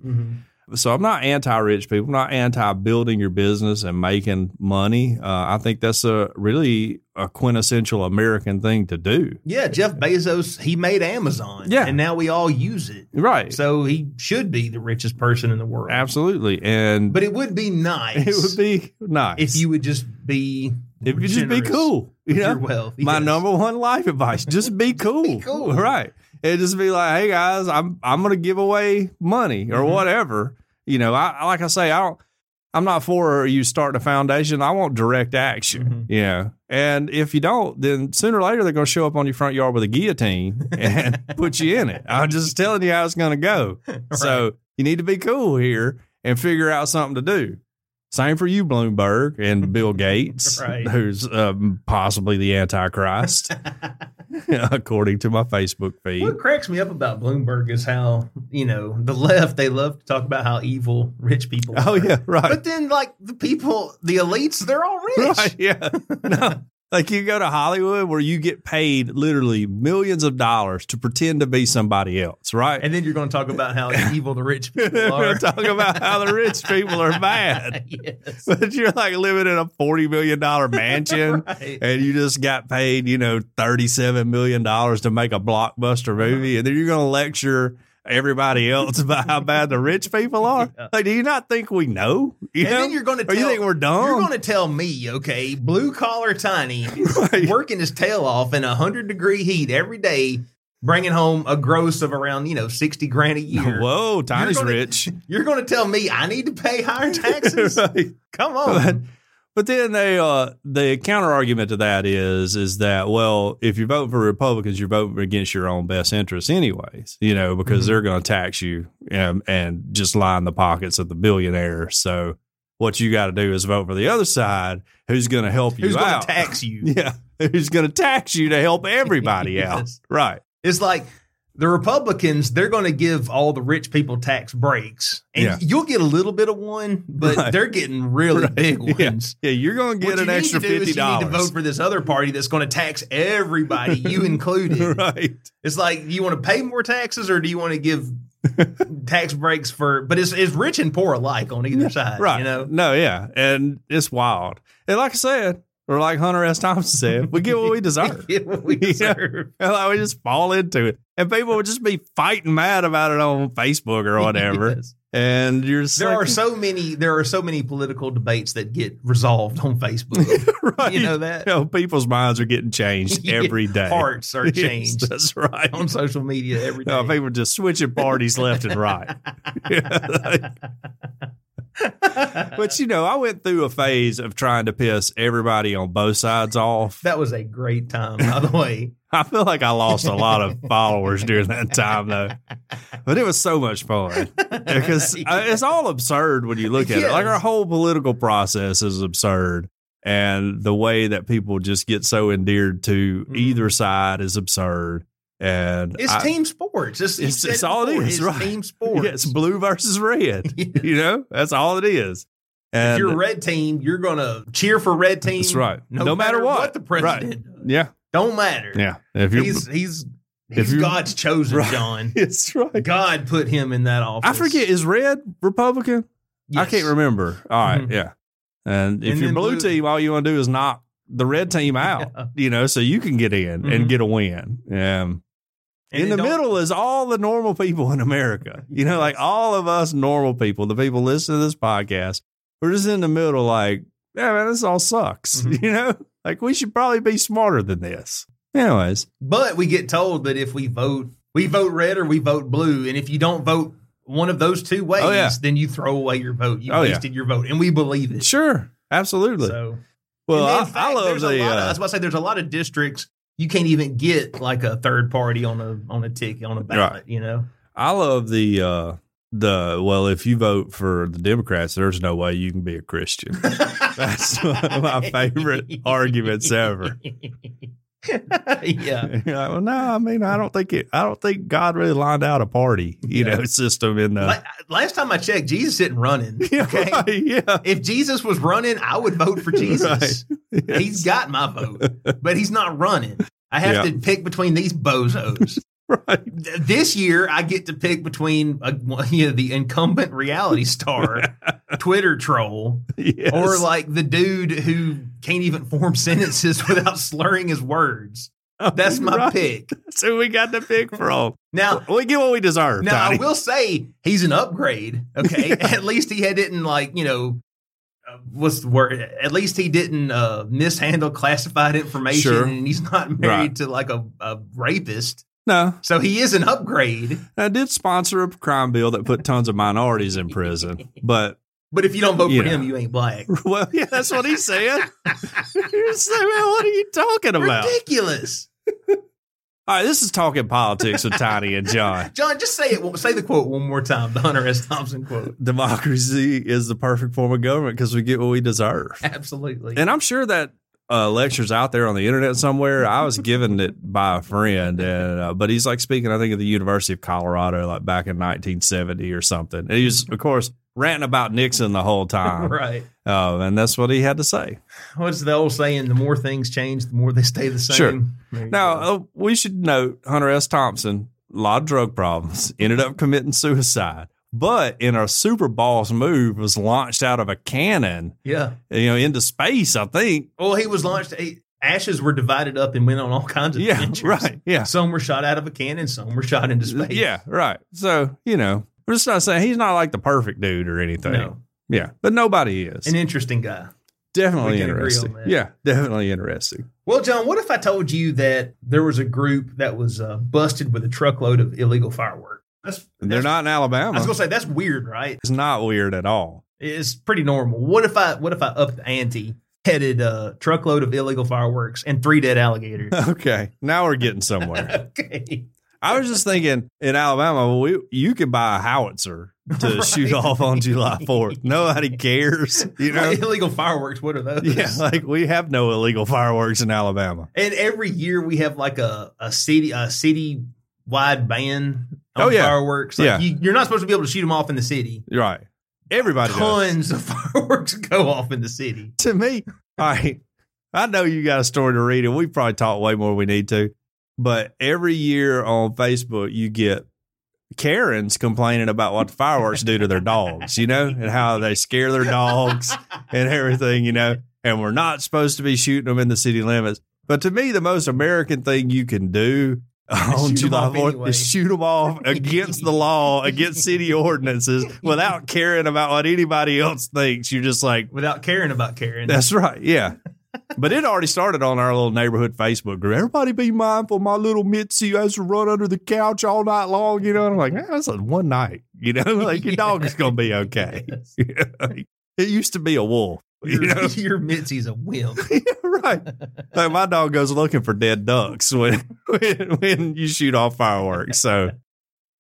Speaker 2: So I'm not anti-rich people. I'm not anti-building your business and making money. Uh, I think that's a really a quintessential American thing to do.
Speaker 3: yeah, Jeff Bezos, he made Amazon.
Speaker 2: Yeah.
Speaker 3: And now we all use it.
Speaker 2: Right.
Speaker 3: So he should be the richest person in the world.
Speaker 2: Absolutely. And
Speaker 3: But it would be nice
Speaker 2: it would be nice
Speaker 3: if you would just be
Speaker 2: if you just be
Speaker 3: generous
Speaker 2: cool. You
Speaker 3: with
Speaker 2: know,
Speaker 3: your wealth.
Speaker 2: my
Speaker 3: Yes.
Speaker 2: number one life advice: just be cool.
Speaker 3: cool.
Speaker 2: right? And just be like, hey guys, I'm I'm gonna give away money or
Speaker 3: Mhm.
Speaker 2: whatever. You know, I I- like I say, I don't. I'm not for you starting a foundation. I want direct action.
Speaker 3: Mhm.
Speaker 2: Yeah. And if you don't, then sooner or later they're going to show up on your front yard with a guillotine and put you in it. I'm just telling you how it's going to go. So you need to be cool here and figure out something to do. Same for you, Bloomberg and Bill Gates,
Speaker 3: Right.
Speaker 2: who's um, possibly the Antichrist, according to my Facebook feed.
Speaker 3: What cracks me up about Bloomberg is how, you know, the left, they love to talk about how evil rich people are.
Speaker 2: Oh yeah, right,
Speaker 3: But then, like, the people, the elites, they're all rich.
Speaker 2: right, yeah. No, like you go to Hollywood where you get paid literally millions of dollars to pretend to be somebody else, right?
Speaker 3: And then you're going to talk about how evil the rich people
Speaker 2: We're
Speaker 3: are.
Speaker 2: talking about how the rich people are bad,
Speaker 3: yes.
Speaker 2: but you're like living in a forty million dollar mansion.
Speaker 3: Right.
Speaker 2: and you just got paid, you know, $37 million to make a blockbuster
Speaker 3: Uh-huh.
Speaker 2: movie, and then you're going to lecture everybody else about how bad the rich people are?
Speaker 3: Yeah.
Speaker 2: Like, do you not think we know? You
Speaker 3: And
Speaker 2: know?
Speaker 3: then you're going to
Speaker 2: or
Speaker 3: tell
Speaker 2: you think we're dumb?
Speaker 3: You're going to tell me, okay, blue collar tiny, working his tail off in a hundred degree heat every day, bringing home a gross of around you know sixty grand a year.
Speaker 2: Whoa, Tiny's
Speaker 3: gonna-
Speaker 2: rich.
Speaker 3: You're going to tell me I need to pay higher taxes?
Speaker 2: Right.
Speaker 3: Come
Speaker 2: But,
Speaker 3: on,
Speaker 2: but then they uh the counter argument to that is is that well if you vote for Republicans you're voting against your own best interests anyways you know because
Speaker 3: Mhm.
Speaker 2: they're going to tax you and and just line the pockets of the billionaires so what you got to do is vote for the other side who's going to help you
Speaker 3: who's going
Speaker 2: out
Speaker 3: to tax you?
Speaker 2: yeah who's going to tax you to help everybody out
Speaker 3: Yes.
Speaker 2: right
Speaker 3: It's like the Republicans, they're going to give all the rich people tax breaks. And
Speaker 2: Yeah.
Speaker 3: you'll get a little bit of one, but
Speaker 2: Right.
Speaker 3: they're getting really
Speaker 2: Right.
Speaker 3: big
Speaker 2: Yeah.
Speaker 3: ones.
Speaker 2: yeah you're going to get
Speaker 3: What you
Speaker 2: an
Speaker 3: need
Speaker 2: extra
Speaker 3: to do is
Speaker 2: fifty
Speaker 3: You need to vote
Speaker 2: dollars
Speaker 3: for this other party that's going to tax everybody, you included.
Speaker 2: right
Speaker 3: It's like, you want to pay more taxes or do you want to give tax breaks for? But it's, it's rich and poor alike on either side.
Speaker 2: Right.
Speaker 3: You know,
Speaker 2: No, yeah. And it's wild. And like I said, or like Hunter S. Thompson said, we get what we deserve.
Speaker 3: Get what we
Speaker 2: Yeah.
Speaker 3: deserve.
Speaker 2: And like we just fall into it. And people would just be fighting mad about it on Facebook or whatever.
Speaker 3: Yes.
Speaker 2: And you're just
Speaker 3: There
Speaker 2: like,
Speaker 3: are so many. There are so many political debates that get resolved on Facebook.
Speaker 2: right.
Speaker 3: You know
Speaker 2: You
Speaker 3: that
Speaker 2: know, people's minds are getting changed
Speaker 3: Yeah.
Speaker 2: every day.
Speaker 3: hearts are
Speaker 2: Yes,
Speaker 3: changed
Speaker 2: that's right.
Speaker 3: on social media every day.
Speaker 2: No, people just switching parties left and right. Yeah. but you know, I went through a phase of trying to piss everybody on both sides off.
Speaker 3: that was a great time, by the way.
Speaker 2: I feel like I lost a lot of followers during that time, though. But it was so much fun because uh, it's all absurd when you look at it. Like our
Speaker 3: Yes.
Speaker 2: whole political process is absurd, and the way that people just get so endeared to
Speaker 3: Mhm.
Speaker 2: either side is absurd. And
Speaker 3: It's
Speaker 2: I-
Speaker 3: team sports. It's, you
Speaker 2: It's-
Speaker 3: said
Speaker 2: it's all it
Speaker 3: before.
Speaker 2: is,
Speaker 3: It's
Speaker 2: right.
Speaker 3: Team sports.
Speaker 2: yeah, it's blue versus red.
Speaker 3: Yes.
Speaker 2: You know, that's all it is. And
Speaker 3: if you're a red team, you're gonna cheer for red team.
Speaker 2: that's right. No, matter, what.
Speaker 3: the
Speaker 2: Right.
Speaker 3: president does.
Speaker 2: Yeah,
Speaker 3: Don't matter.
Speaker 2: yeah. If you're,
Speaker 3: He's he's
Speaker 2: If
Speaker 3: he's
Speaker 2: you're-
Speaker 3: God's chosen,
Speaker 2: Right.
Speaker 3: John.
Speaker 2: it's right.
Speaker 3: God put him in that office.
Speaker 2: I forget. Is red Republican? I
Speaker 3: Yes.
Speaker 2: can't remember. All right,
Speaker 3: Mhm.
Speaker 2: yeah. And if
Speaker 3: And
Speaker 2: you're
Speaker 3: then
Speaker 2: blue,
Speaker 3: blue-
Speaker 2: team, all you want to do is knock the red team out,
Speaker 3: Yeah.
Speaker 2: you know, so you can get in
Speaker 3: Mhm.
Speaker 2: and get a win. Um,
Speaker 3: And
Speaker 2: in
Speaker 3: then
Speaker 2: the
Speaker 3: don't-
Speaker 2: middle is all the normal people in America, you know, like all of us normal people, the people listening to this podcast, we're just in the middle, like, yeah, man, this all sucks,
Speaker 3: Mhm.
Speaker 2: you know, like we should probably be smarter than this. Anyways,
Speaker 3: But we get told that if we vote, we vote red or we vote blue, and if you don't vote one of those two ways,
Speaker 2: Oh, yeah.
Speaker 3: then you throw away your vote. You
Speaker 2: Oh, yeah.
Speaker 3: wasted your vote, and we believe it.
Speaker 2: sure, absolutely.
Speaker 3: So,
Speaker 2: well,
Speaker 3: and
Speaker 2: I,
Speaker 3: in fact,
Speaker 2: I love
Speaker 3: there's A
Speaker 2: the. uh,
Speaker 3: lot of, I was about to say there's a lot of districts you can't even get like a third party on a on a ticket on a ballot. You know,
Speaker 2: I love the uh the well, if you vote for the Democrats, there's no way you can be a Christian. That's one of my favorite arguments ever.
Speaker 3: yeah.
Speaker 2: You're like, well, no, I mean, I don't think it. I don't think God really lined out a party, you
Speaker 3: Yeah.
Speaker 2: know, system in the.
Speaker 3: La- Last time I checked, Jesus isn't running.
Speaker 2: yeah,
Speaker 3: Okay.
Speaker 2: right, yeah,
Speaker 3: If Jesus was running, I would vote for Jesus.
Speaker 2: yeah.
Speaker 3: He's got my vote, but he's not running. I have
Speaker 2: Yeah.
Speaker 3: to pick between these bozos.
Speaker 2: right.
Speaker 3: Th- this year, I get to pick between a, you know, the incumbent reality star, Twitter troll,
Speaker 2: Yes.
Speaker 3: or like the dude who can't even form sentences without slurring his words. That's my
Speaker 2: Right.
Speaker 3: pick.
Speaker 2: That's who we got to pick from.
Speaker 3: Now,
Speaker 2: we get what we deserve.
Speaker 3: now I
Speaker 2: Tiny.
Speaker 3: will say he's an upgrade. Okay, at least he had didn't like you know. uh, What's the word? At least he didn't uh, mishandle classified information,
Speaker 2: Sure.
Speaker 3: and he's not married
Speaker 2: Right.
Speaker 3: to like a, a rapist.
Speaker 2: no,
Speaker 3: So he is an upgrade.
Speaker 2: I did sponsor a crime bill that put tons of minorities in prison, but
Speaker 3: But if you don't vote
Speaker 2: Yeah.
Speaker 3: for him, you ain't black.
Speaker 2: Well, yeah, that's what he said. You're saying, man, what are you talking about?
Speaker 3: Ridiculous,
Speaker 2: All right, this is talking politics with Tiny and John.
Speaker 3: John. Just say it. Say the quote one more time. The Hunter S. Thompson quote.
Speaker 2: Democracy is the perfect form of government because we get what we deserve.
Speaker 3: Absolutely.
Speaker 2: And I'm sure that uh, lecture's out there on the internet somewhere. I was given it by a friend, and uh, but he's like speaking, I think, at the University of Colorado, like back in 1970 or something. And he was, of course, ranting about Nixon the whole time,
Speaker 3: right.
Speaker 2: Uh, and that's what he had to say.
Speaker 3: What's the old saying? The more things change, the more they stay the same.
Speaker 2: Sure.
Speaker 3: There you
Speaker 2: Now,
Speaker 3: go.
Speaker 2: uh, we should note Hunter S. Thompson, a lot of drug problems, ended up committing suicide, but in a super boss move, was launched out of a cannon,
Speaker 3: yeah.
Speaker 2: you know, into space, I think.
Speaker 3: Well, he was launched. He, ashes were divided up and went on all kinds of
Speaker 2: Yeah,
Speaker 3: adventures.
Speaker 2: right. Yeah.
Speaker 3: Some were shot out of a cannon. Some were shot into space.
Speaker 2: Yeah, right. So, you know, we're just not saying he's not like the perfect dude or anything.
Speaker 3: No.
Speaker 2: Yeah, but nobody is.
Speaker 3: An interesting guy. we
Speaker 2: definitely
Speaker 3: can agree on
Speaker 2: interesting.
Speaker 3: that.
Speaker 2: Yeah, definitely interesting.
Speaker 3: Well, John, what if I told you that there was a group that was uh, busted with a truckload of illegal fireworks? That's,
Speaker 2: And they're not
Speaker 3: that's-
Speaker 2: in
Speaker 3: I
Speaker 2: Alabama.
Speaker 3: was gonna say that's weird, right?
Speaker 2: it's not weird at all.
Speaker 3: It's pretty normal. What if I what if I upped the ante, headed a truckload of illegal fireworks and three dead alligators?
Speaker 2: Okay, now we're getting somewhere.
Speaker 3: okay.
Speaker 2: I was just thinking in Alabama, we you could buy a howitzer to
Speaker 3: Right.
Speaker 2: shoot off on July 4th. Nobody cares, you know.
Speaker 3: illegal fireworks. What are those?
Speaker 2: yeah, like we have no illegal fireworks in Alabama.
Speaker 3: And every year we have like a, a city a city wide ban on
Speaker 2: Oh, yeah.
Speaker 3: fireworks. Like
Speaker 2: Yeah.
Speaker 3: you, you're not supposed to be able to shoot them off in the city.
Speaker 2: You're right. Everybody does.
Speaker 3: Tons of fireworks go off in the city.
Speaker 2: To me, all right. I know you got a story to read, and we probably talk way more than we need to. But every year on Facebook, you get Karens complaining about what fireworks do to their dogs, you know, and how they scare their dogs. and everything, you know, and we're not supposed to be shooting them in the city limits. But to me, the most American thing you can do on
Speaker 3: Shoot 'em
Speaker 2: July
Speaker 3: off
Speaker 2: 4th
Speaker 3: anyway.
Speaker 2: is shoot them off against the law, against city ordinances, without caring about what anybody else thinks. You're just like,
Speaker 3: Without caring about caring.
Speaker 2: that's right. Yeah. But it already started on our little neighborhood Facebook group. Everybody be mindful. My little Mitzi has to run under the couch all night long. You know, and I'm like, "Man, that's like one night. You know, like your dog is going to be okay.
Speaker 3: Yes.
Speaker 2: it used to be a wolf. You
Speaker 3: Your,
Speaker 2: know?
Speaker 3: your Mitzi's a wimp.
Speaker 2: right. Like my dog goes looking for dead ducks when when, when you shoot off fireworks. So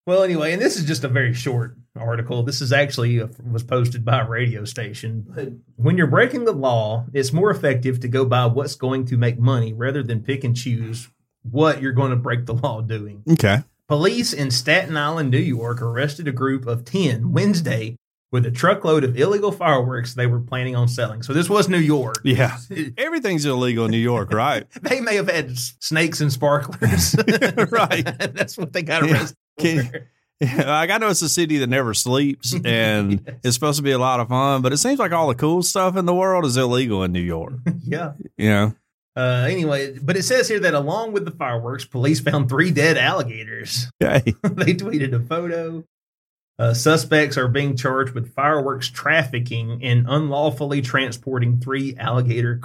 Speaker 3: Well, anyway, and this is just a very short article. This is actually uh was posted by a radio station. But when you're breaking the law, it's more effective to go by what's going to make money rather than pick and choose what you're going to break the law doing.
Speaker 2: okay,
Speaker 3: Police in Staten Island, New York, arrested a group of 10 Wednesday with a truckload of illegal fireworks they were planning on selling. So this was New York.
Speaker 2: yeah, everything's illegal in New York, right?
Speaker 3: They may have had s- snakes and sparklers.
Speaker 2: Right.
Speaker 3: That's what they got
Speaker 2: Yeah.
Speaker 3: arrested.
Speaker 2: Can-
Speaker 3: for.
Speaker 2: Yeah, like I know it's a city that never sleeps, and it's supposed to be a lot of fun, but it seems like all the cool stuff in the world is illegal in New York.
Speaker 3: yeah.
Speaker 2: You know,
Speaker 3: Uh, anyway, but it says here that along with the fireworks, police found three dead alligators.
Speaker 2: Hey,
Speaker 3: they tweeted a photo. Uh, suspects are being charged with fireworks trafficking and unlawfully transporting three alligator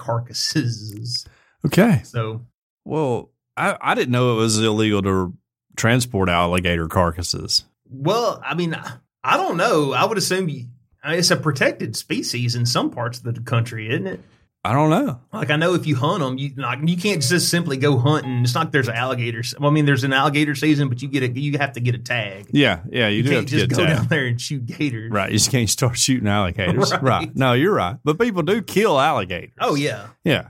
Speaker 3: carcasses.
Speaker 2: okay.
Speaker 3: So,
Speaker 2: Well, I I didn't know it was illegal to transport alligator carcasses.
Speaker 3: well, I mean, I- I don't know. I would assume you, I mean, it's a protected species in some parts of the country, isn't it?
Speaker 2: I don't know.
Speaker 3: Like I know if you hunt them, you like you can't just simply go hunting. It's not like there's an alligator. se- Well, I mean, there's an alligator season, but you get a you have to get a tag.
Speaker 2: Yeah, yeah, you, do have
Speaker 3: can't
Speaker 2: to
Speaker 3: just
Speaker 2: get
Speaker 3: go
Speaker 2: that.
Speaker 3: down there and shoot gators.
Speaker 2: Right, you just can't start shooting alligators.
Speaker 3: Right.
Speaker 2: Right. No, you're right. But people do kill alligators.
Speaker 3: Oh yeah,
Speaker 2: Yeah.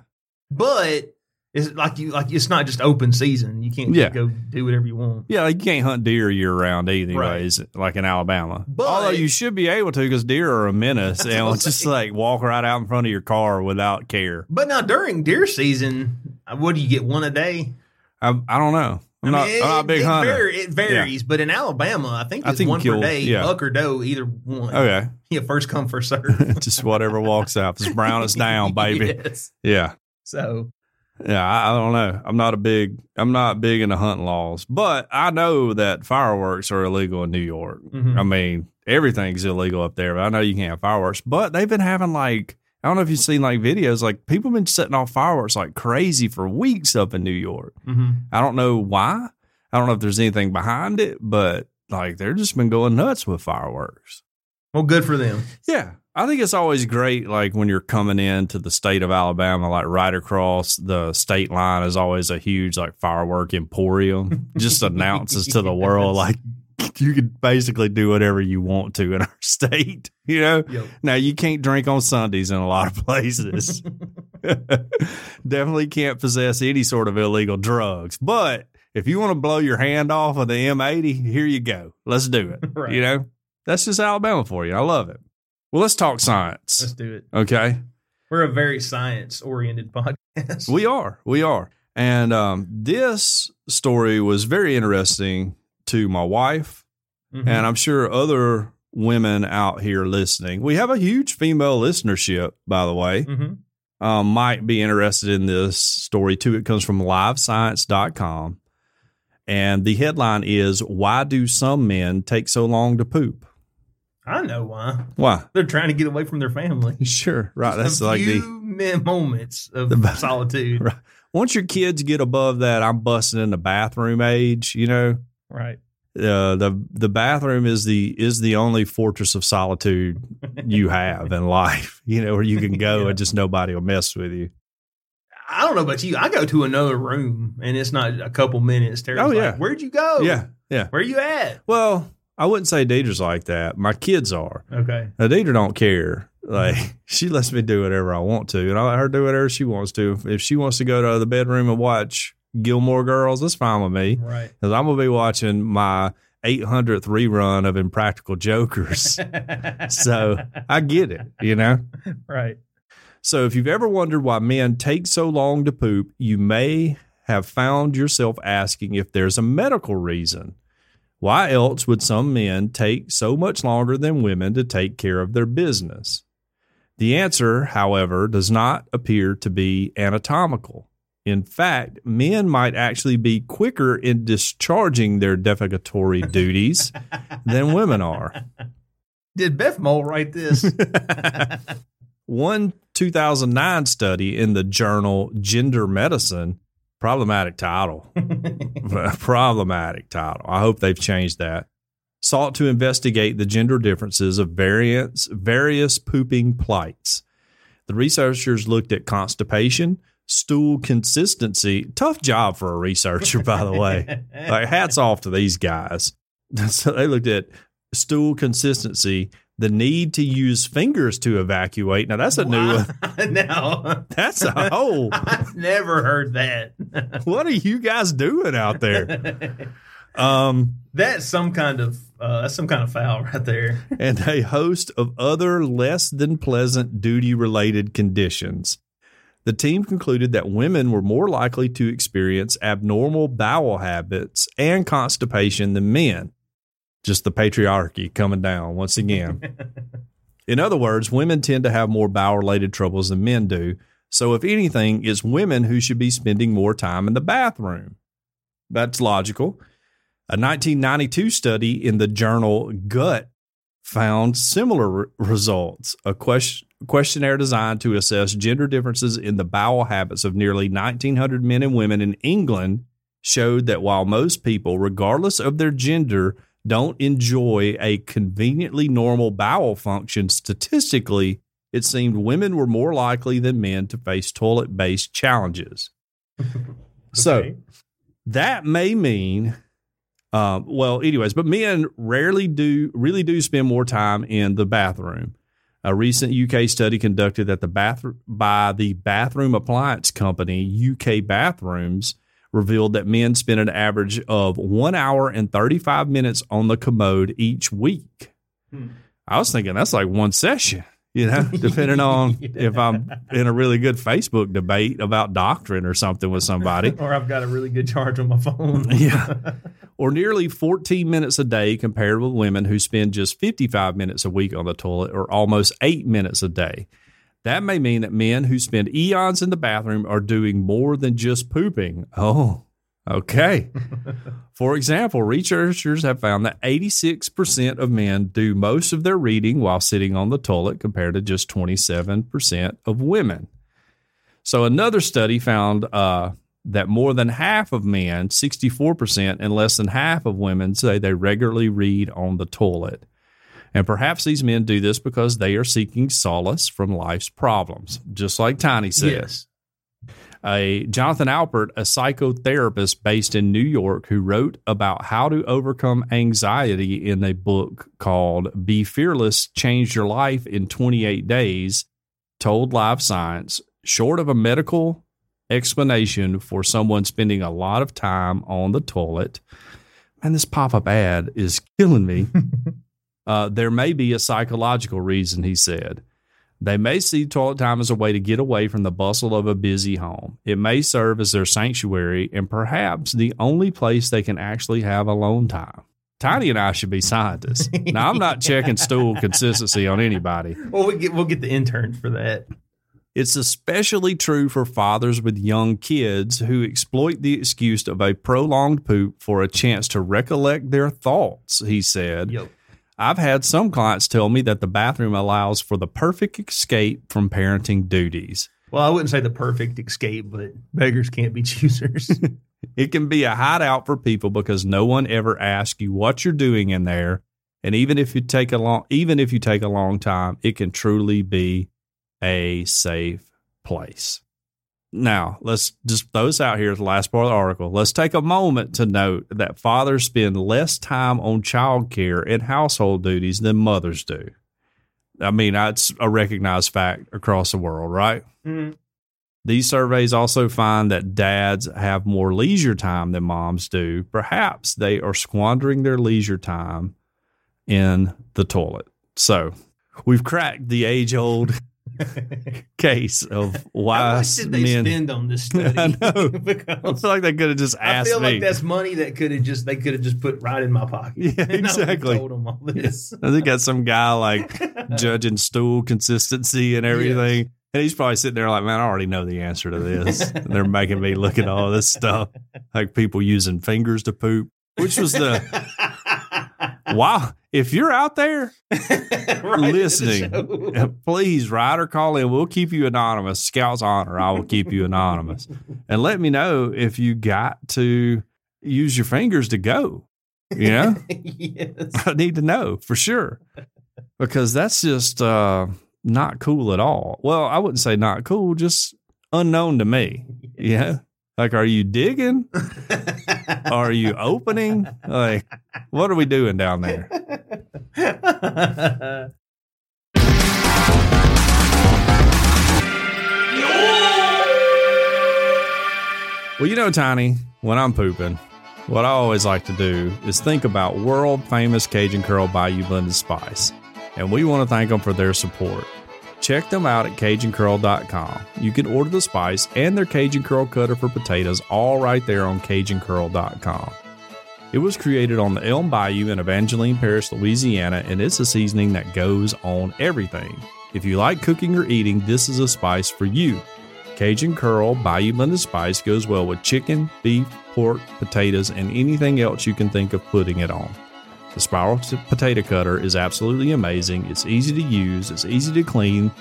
Speaker 3: but it's like you like it's not just open season. You can't
Speaker 2: Yeah.
Speaker 3: just go do whatever you want.
Speaker 2: Yeah, like you can't hunt deer year round anyways, like in Alabama.
Speaker 3: But-
Speaker 2: Although you should be able to because deer are a menace
Speaker 3: That's what
Speaker 2: and will
Speaker 3: I'm
Speaker 2: just
Speaker 3: saying.
Speaker 2: like walk right out in front of your car without care.
Speaker 3: But now during deer season, uh, what do you get one a day?
Speaker 2: I, I don't know. I'm
Speaker 3: I
Speaker 2: not,
Speaker 3: mean,
Speaker 2: I'm not a big
Speaker 3: it
Speaker 2: hunter.
Speaker 3: var- it varies, but in Alabama, I think
Speaker 2: I
Speaker 3: it's
Speaker 2: think
Speaker 3: one
Speaker 2: you'll-
Speaker 3: per day,
Speaker 2: yeah. Oh,
Speaker 3: buck or doe, either one.
Speaker 2: Okay.
Speaker 3: Yeah, first come first serve.
Speaker 2: just whatever walks out. It's brown, it's down, baby.
Speaker 3: Yes.
Speaker 2: Yeah.
Speaker 3: So
Speaker 2: Yeah, I, I don't know. I'm not a big I'm not big into hunting laws, but I know that fireworks are illegal in New York.
Speaker 3: mhm.
Speaker 2: I mean, everything's illegal up there, but I know you can't have fireworks. But they've been having like I don't know if you've seen like videos, like people been setting off fireworks like crazy for weeks up in New York.
Speaker 3: Mhm.
Speaker 2: I don't know why. I don't know if there's anything behind it, but like they're just been going nuts with fireworks.
Speaker 3: well, good for them.
Speaker 2: Yeah. I think it's always great, like when you're coming into the state of Alabama, like right across the state line is always a huge like firework emporium. Just announces to the world,
Speaker 3: Yes.
Speaker 2: like you could basically do whatever you want to in our state. You know,
Speaker 3: Yep.
Speaker 2: now you can't drink on Sundays in a lot of places. Definitely can't possess any sort of illegal drugs. But if you want to blow your hand off of the M80, here you go. Let's do it.
Speaker 3: Right.
Speaker 2: You know, that's just Alabama for you. I love it. Well, let's talk
Speaker 3: Let's
Speaker 2: science.
Speaker 3: do it.
Speaker 2: Okay.
Speaker 3: We're a very science oriented podcast.
Speaker 2: We are. We are. And um, this story was very interesting to my wife
Speaker 3: Mhm.
Speaker 2: and I'm sure other women out here listening. We have a huge female listenership, by the way.
Speaker 3: Mhm.
Speaker 2: Um, might be interested in this story too. It comes from livescience.com. And the headline is Why Do Some Men Take So Long to Poop?
Speaker 3: I know why.
Speaker 2: Why?
Speaker 3: They're trying to get away from their family.
Speaker 2: Sure. Right. That's
Speaker 3: a
Speaker 2: like
Speaker 3: few
Speaker 2: the.
Speaker 3: min- moments of
Speaker 2: The-
Speaker 3: solitude.
Speaker 2: Right. Once your kids get above that, I'm busting in the bathroom age, you know?
Speaker 3: Right.
Speaker 2: Uh, the the bathroom is the is the only fortress of solitude you have in life. You know where you can go
Speaker 3: Yeah.
Speaker 2: and just nobody will mess with you.
Speaker 3: I don't know about you. I go to another room and it's not a couple minutes. Terry's
Speaker 2: Oh,
Speaker 3: like,
Speaker 2: yeah.
Speaker 3: Where'd you go?
Speaker 2: Yeah, yeah.
Speaker 3: Where you at?
Speaker 2: Well, I wouldn't say Deidre's like that. My kids are.
Speaker 3: Okay.
Speaker 2: Now, Deidre don't care. Like she lets me do whatever I want to, and I let her do whatever she wants to. If she wants to go to the bedroom and watch Gilmore Girls, that's fine with me.
Speaker 3: Right.
Speaker 2: Because I'm gonna be watching my 800th rerun of Impractical Jokers. so I get it. You know.
Speaker 3: right.
Speaker 2: So if you've ever wondered why men take so long to poop, you may have found yourself asking if there's a medical reason. Why else would some men take so much longer than women to take care of their business? The answer, however, does not appear to be anatomical. In fact, men might actually be quicker in discharging their defecatory duties than women are.
Speaker 3: Did Beth Mole write this?
Speaker 2: One 2009 study in the journal Gender Medicine, problematic title, problematic title. I hope they've changed that. Sought to investigate the gender differences of variants, various pooping plights. The researchers looked at constipation, stool consistency. Tough job for a researcher, by the way. Like, hats off to these guys. So they looked at stool consistency, the need to use fingers to evacuate. Now, that's a new one.
Speaker 3: no,
Speaker 2: That's a whole.
Speaker 3: I've never heard that.
Speaker 2: What are you guys doing out there? Um,
Speaker 3: that's some kind of uh, that's some kind of foul right there.
Speaker 2: and a host of other less than pleasant duty related conditions. The team concluded that women were more likely to experience abnormal bowel habits and constipation than men. Just the patriarchy coming down once again. In other words, women tend to have more bowel related troubles than men do. So, if anything, it's women who should be spending more time in the bathroom. That's logical. A 1992 study in the journal Gut found similar re- results. A question, questionnaire designed to assess gender differences in the bowel habits of nearly 1,900 men and women in England showed that while most people, regardless of their gender, don't enjoy a conveniently normal bowel function, statistically, it seemed women were more likely than men to face toilet based challenges. So,
Speaker 3: Okay.
Speaker 2: that may mean um, well anyways but men rarely do really do spend more time in the bathroom a recent uk study conducted at the bath by the bathroom appliance company uk bathrooms revealed that men spend an average of one hour and 35 minutes on the commode each week
Speaker 3: Hmm.
Speaker 2: i was thinking that's like one session you know depending on if i'm in a really good facebook debate about doctrine or something with somebody
Speaker 3: or I've got a really good charge on my phone.
Speaker 2: Yeah. or nearly 14 minutes a day compared with women who spend just 55 minutes a week on the toilet or almost eight minutes a day. That may mean that men who spend eons in the bathroom are doing more than just pooping. Oh, okay. For example, researchers have found that 86% of men do most of their reading while sitting on the toilet compared to just 27% of women. So another study found uh, that more than half of men, 64%, and less than half of women say they regularly read on the toilet. And perhaps these men do this because they are seeking solace from life's problems, just like Tiny says
Speaker 3: yes.
Speaker 2: a Jonathan Alpert, a psychotherapist based in New York, who wrote about how to overcome anxiety in a book called Be Fearless, Change Your Life in 28 Days, told Live Science, short of a medical explanation for someone spending a lot of time on the toilet. Man, this pop up ad is killing me. uh, there may be a psychological reason, he said. They may see toilet time as a way to get away from the bustle of a busy home. It may serve as their sanctuary and perhaps the only place they can actually have alone time. Tiny and I should be scientists. Now, I'm not checking stool consistency on anybody.
Speaker 3: Well, we get we'll get the interns for that.
Speaker 2: It's especially true for fathers with young kids who exploit the excuse of a prolonged poop for a chance to recollect their thoughts, he said.
Speaker 3: Yo,
Speaker 2: I've had some clients tell me that the bathroom allows for the perfect escape from parenting duties.
Speaker 3: well, I wouldn't say the perfect escape, but beggars can't be choosers.
Speaker 2: It can be a hideout for people because no one ever asks you what you're doing in there. And even if you take a long even if you take a long time, it can truly be a safe place. Now, let's just throw this out here as the last part of the article. Let's take a moment to note that fathers spend less time on childcare and household duties than mothers do. I mean, that's a recognized fact across the world, right?
Speaker 3: Mm,
Speaker 2: These surveys also find that dads have more leisure time than moms do. Perhaps they are squandering their leisure time in the toilet. So we've cracked the age old case of
Speaker 3: How
Speaker 2: why
Speaker 3: much did they
Speaker 2: men.
Speaker 3: spend on this study?
Speaker 2: I know. I
Speaker 3: because
Speaker 2: feel like they could have just
Speaker 3: I
Speaker 2: asked
Speaker 3: feel
Speaker 2: me.
Speaker 3: like that's money that could have just they could have just put right in my pocket.
Speaker 2: Yeah,
Speaker 3: And I would've
Speaker 2: exactly.
Speaker 3: Told them all this.
Speaker 2: I think that's some guy like judging stool consistency and everything. And he's probably sitting there like, man, I already know the answer to this. and they're making me look at all this stuff, like people using fingers to poop, which was the wow. If you're out there, listening. please write or call in. We'll keep you anonymous. Scout's honor. I will keep you anonymous. And let me know if you got to use your fingers to go. You know?
Speaker 3: yes.
Speaker 2: I need to know for sure because that's just uh not cool at all. Well, I wouldn't say not cool, just unknown to me. Yeah. Like, are you digging? Are you opening? Like, what are we doing down there? Well, you know, Tiny, when I'm pooping, what I always like to do is think about world famous Cajun Curl Bayou Blended Spice, and we want to thank them for their support. Check them out at CajunCurl.com. You can order the spice and their Cajun Curl Cutter for potatoes all right there on CajunCurl.com. It was created on the Elm Bayou in Evangeline Parish, Louisiana, and it's a seasoning that goes on everything. If you like cooking or eating, this is a spice for you. Cajun Curl Bayou Blended Spice goes well with chicken, beef, pork, potatoes, and anything else you can think of putting it on. The spiral t- potato cutter is absolutely amazing. It's easy to use, it's easy to clean,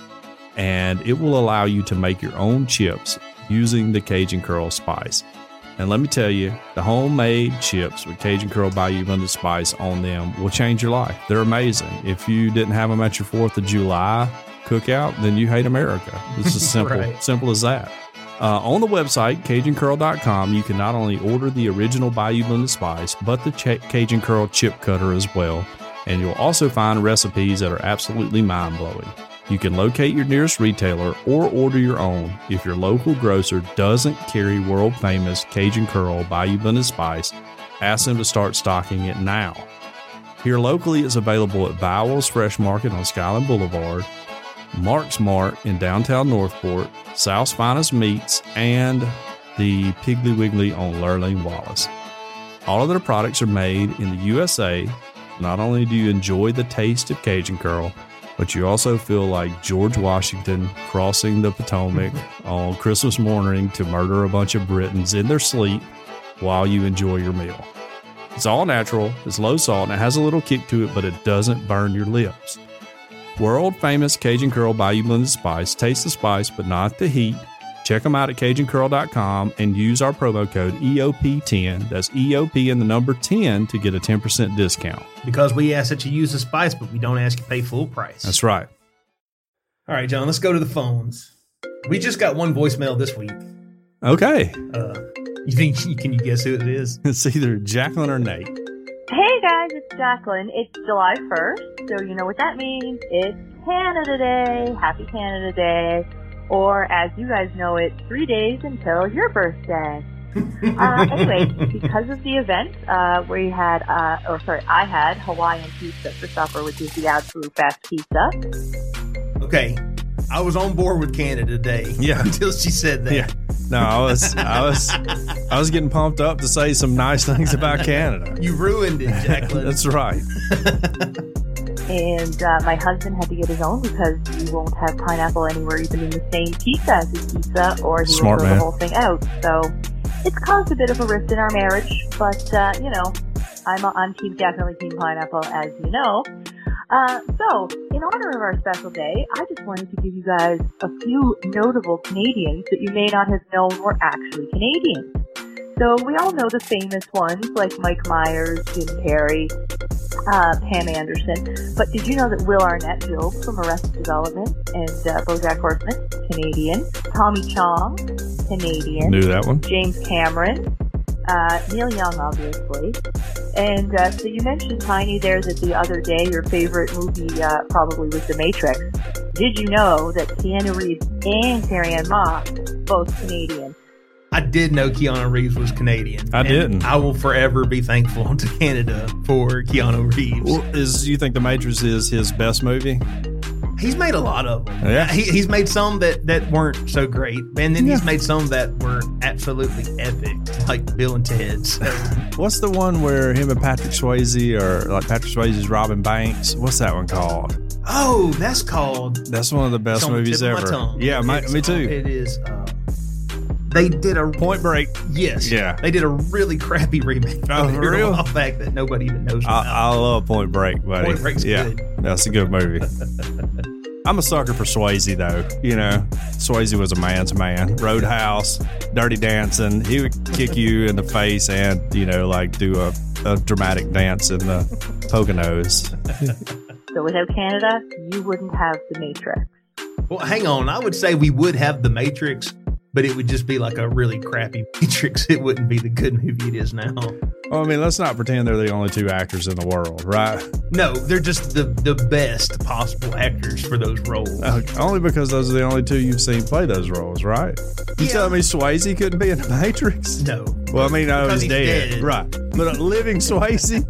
Speaker 2: and it will allow you to make your own chips using the Cajun Curl spice. And let me tell you, the homemade chips with Cajun Curl Bayou Blended Spice on them will change your life. They're amazing. If you didn't have them at your 4th of July cookout, then you hate America. It's as simple,
Speaker 3: Right.
Speaker 2: simple as that. Uh, on the website, CajunCurl.com, you can not only order the original Bayou Blended Spice, but the Ch- Cajun Curl chip cutter as well. And you'll also find recipes that are absolutely mind blowing. You can locate your nearest retailer or order your own if your local grocer doesn't carry world famous Cajun Curl Bayou Blended Spice. Ask them to start stocking it now. Here locally, it's available at Bowles Fresh Market on Skyland Boulevard, Mark's Mart in downtown Northport, South's Finest Meats, and the Piggly Wiggly on Lurline Wallace. All of their products are made in the USA. Not only do you enjoy the taste of Cajun Curl, but you also feel like George Washington crossing the Potomac on Christmas morning to murder a bunch of Britons in their sleep while you enjoy your meal. It's all natural, it's low salt, and it has a little kick to it, but it doesn't burn your lips. World famous Cajun Curl Bayou Blended Spice. Taste the spice, but not the heat. Check them out at CajunCurl.com and use our promo code E EOP10. That's EOP and the number 10 to get a 10% discount.
Speaker 3: because we ask that you use the spice, but we don't ask you to pay full price.
Speaker 2: That's right.
Speaker 3: All right, John, let's go to the phones. We just got one voicemail this week.
Speaker 2: Okay.
Speaker 3: Uh, you think can you guess who it is?
Speaker 2: It's either Jacqueline or Nate.
Speaker 4: Hey guys, it's Jacqueline. It's July 1st, so you know what that means. It's Canada Day. Happy Canada Day. Or as you guys know it, three days until your birthday. uh, anyway, because of the event, uh, we had, uh, or sorry, I had Hawaiian pizza for supper, which is the absolute best pizza.
Speaker 3: Okay. I was on board with Canada Day.
Speaker 2: Yeah.
Speaker 3: Until she said that.
Speaker 2: Yeah. No, I was I was I was getting pumped up to say some nice things about Canada.
Speaker 3: You ruined it, Jacqueline.
Speaker 2: That's right.
Speaker 4: And uh, my husband had to get his own because you won't have pineapple anywhere, even in the same pizza as his pizza, or he
Speaker 2: Smart
Speaker 4: will throw
Speaker 2: man.
Speaker 4: the whole thing out. So it's caused a bit of a rift in our marriage, but uh, you know, I'm I'm team definitely team pineapple, as you know. Uh, so, in honor of our special day, I just wanted to give you guys a few notable Canadians that you may not have known were actually Canadian. So we all know the famous ones like Mike Myers, Jim Carrey, uh, Pam Anderson. But did you know that Will Arnett, Job from Arrested Development, and uh, BoJack Horseman, Canadian, Tommy Chong, Canadian,
Speaker 2: Knew that one.
Speaker 4: James Cameron, uh, Neil Young, obviously. And uh, so you mentioned, Tiny, there that the other day your favorite movie uh, probably was The Matrix. Did you know that Keanu Reeves and Carrie Ann Moss, both Canadian?
Speaker 3: I did know Keanu Reeves was Canadian.
Speaker 2: I
Speaker 3: and
Speaker 2: didn't.
Speaker 3: I will forever be thankful to Canada for Keanu Reeves.
Speaker 2: Well, is you think The Matrix is his best movie?
Speaker 3: He's made a lot of them.
Speaker 2: Yeah.
Speaker 3: He, he's made some that, that weren't so great, and then
Speaker 2: Yeah.
Speaker 3: he's made some that were absolutely epic, like Bill and Ted's.
Speaker 2: What's the one where him and Patrick Swayze or like Patrick Swayze's Robin Banks? What's that one called?
Speaker 3: oh, that's called
Speaker 2: That's one of the best
Speaker 3: It's on the
Speaker 2: movies
Speaker 3: tip of
Speaker 2: ever.
Speaker 3: My tongue.
Speaker 2: Yeah, my,
Speaker 3: It's
Speaker 2: me
Speaker 3: on-
Speaker 2: too.
Speaker 3: It is. Uh, they did a
Speaker 2: Point Break.
Speaker 3: yes.
Speaker 2: Yeah.
Speaker 3: They did a really crappy remake.
Speaker 2: Oh,
Speaker 3: of it
Speaker 2: for
Speaker 3: here a
Speaker 2: real? Uh,
Speaker 3: while Back that nobody even knows. about.
Speaker 2: I, I love Point Break, buddy.
Speaker 3: Point Break's
Speaker 2: yeah,
Speaker 3: good.
Speaker 2: that's a good movie. I'm a sucker for Swayze though. You know, Swayze was a man's man. Roadhouse, Dirty Dancing. He would kick you in the face and you know like do a, a dramatic dance in the Poconos.
Speaker 4: So without Canada, you wouldn't have The Matrix.
Speaker 3: Well, hang on. I would say we would have The Matrix, but it would just be like a really crappy Matrix. It wouldn't be the good movie it is now.
Speaker 2: Well, I mean, let's not pretend they're the only two actors in the world, right?
Speaker 3: No, they're just the, the best possible actors for those roles.
Speaker 2: Uh, Only because those are the only two you've seen play those roles, right? You
Speaker 3: Yeah.
Speaker 2: telling me Swayze couldn't be in the Matrix?
Speaker 3: No.
Speaker 2: Well, I mean, I
Speaker 3: Because
Speaker 2: was
Speaker 3: he's
Speaker 2: dead.
Speaker 3: dead.
Speaker 2: right? But a living Swayze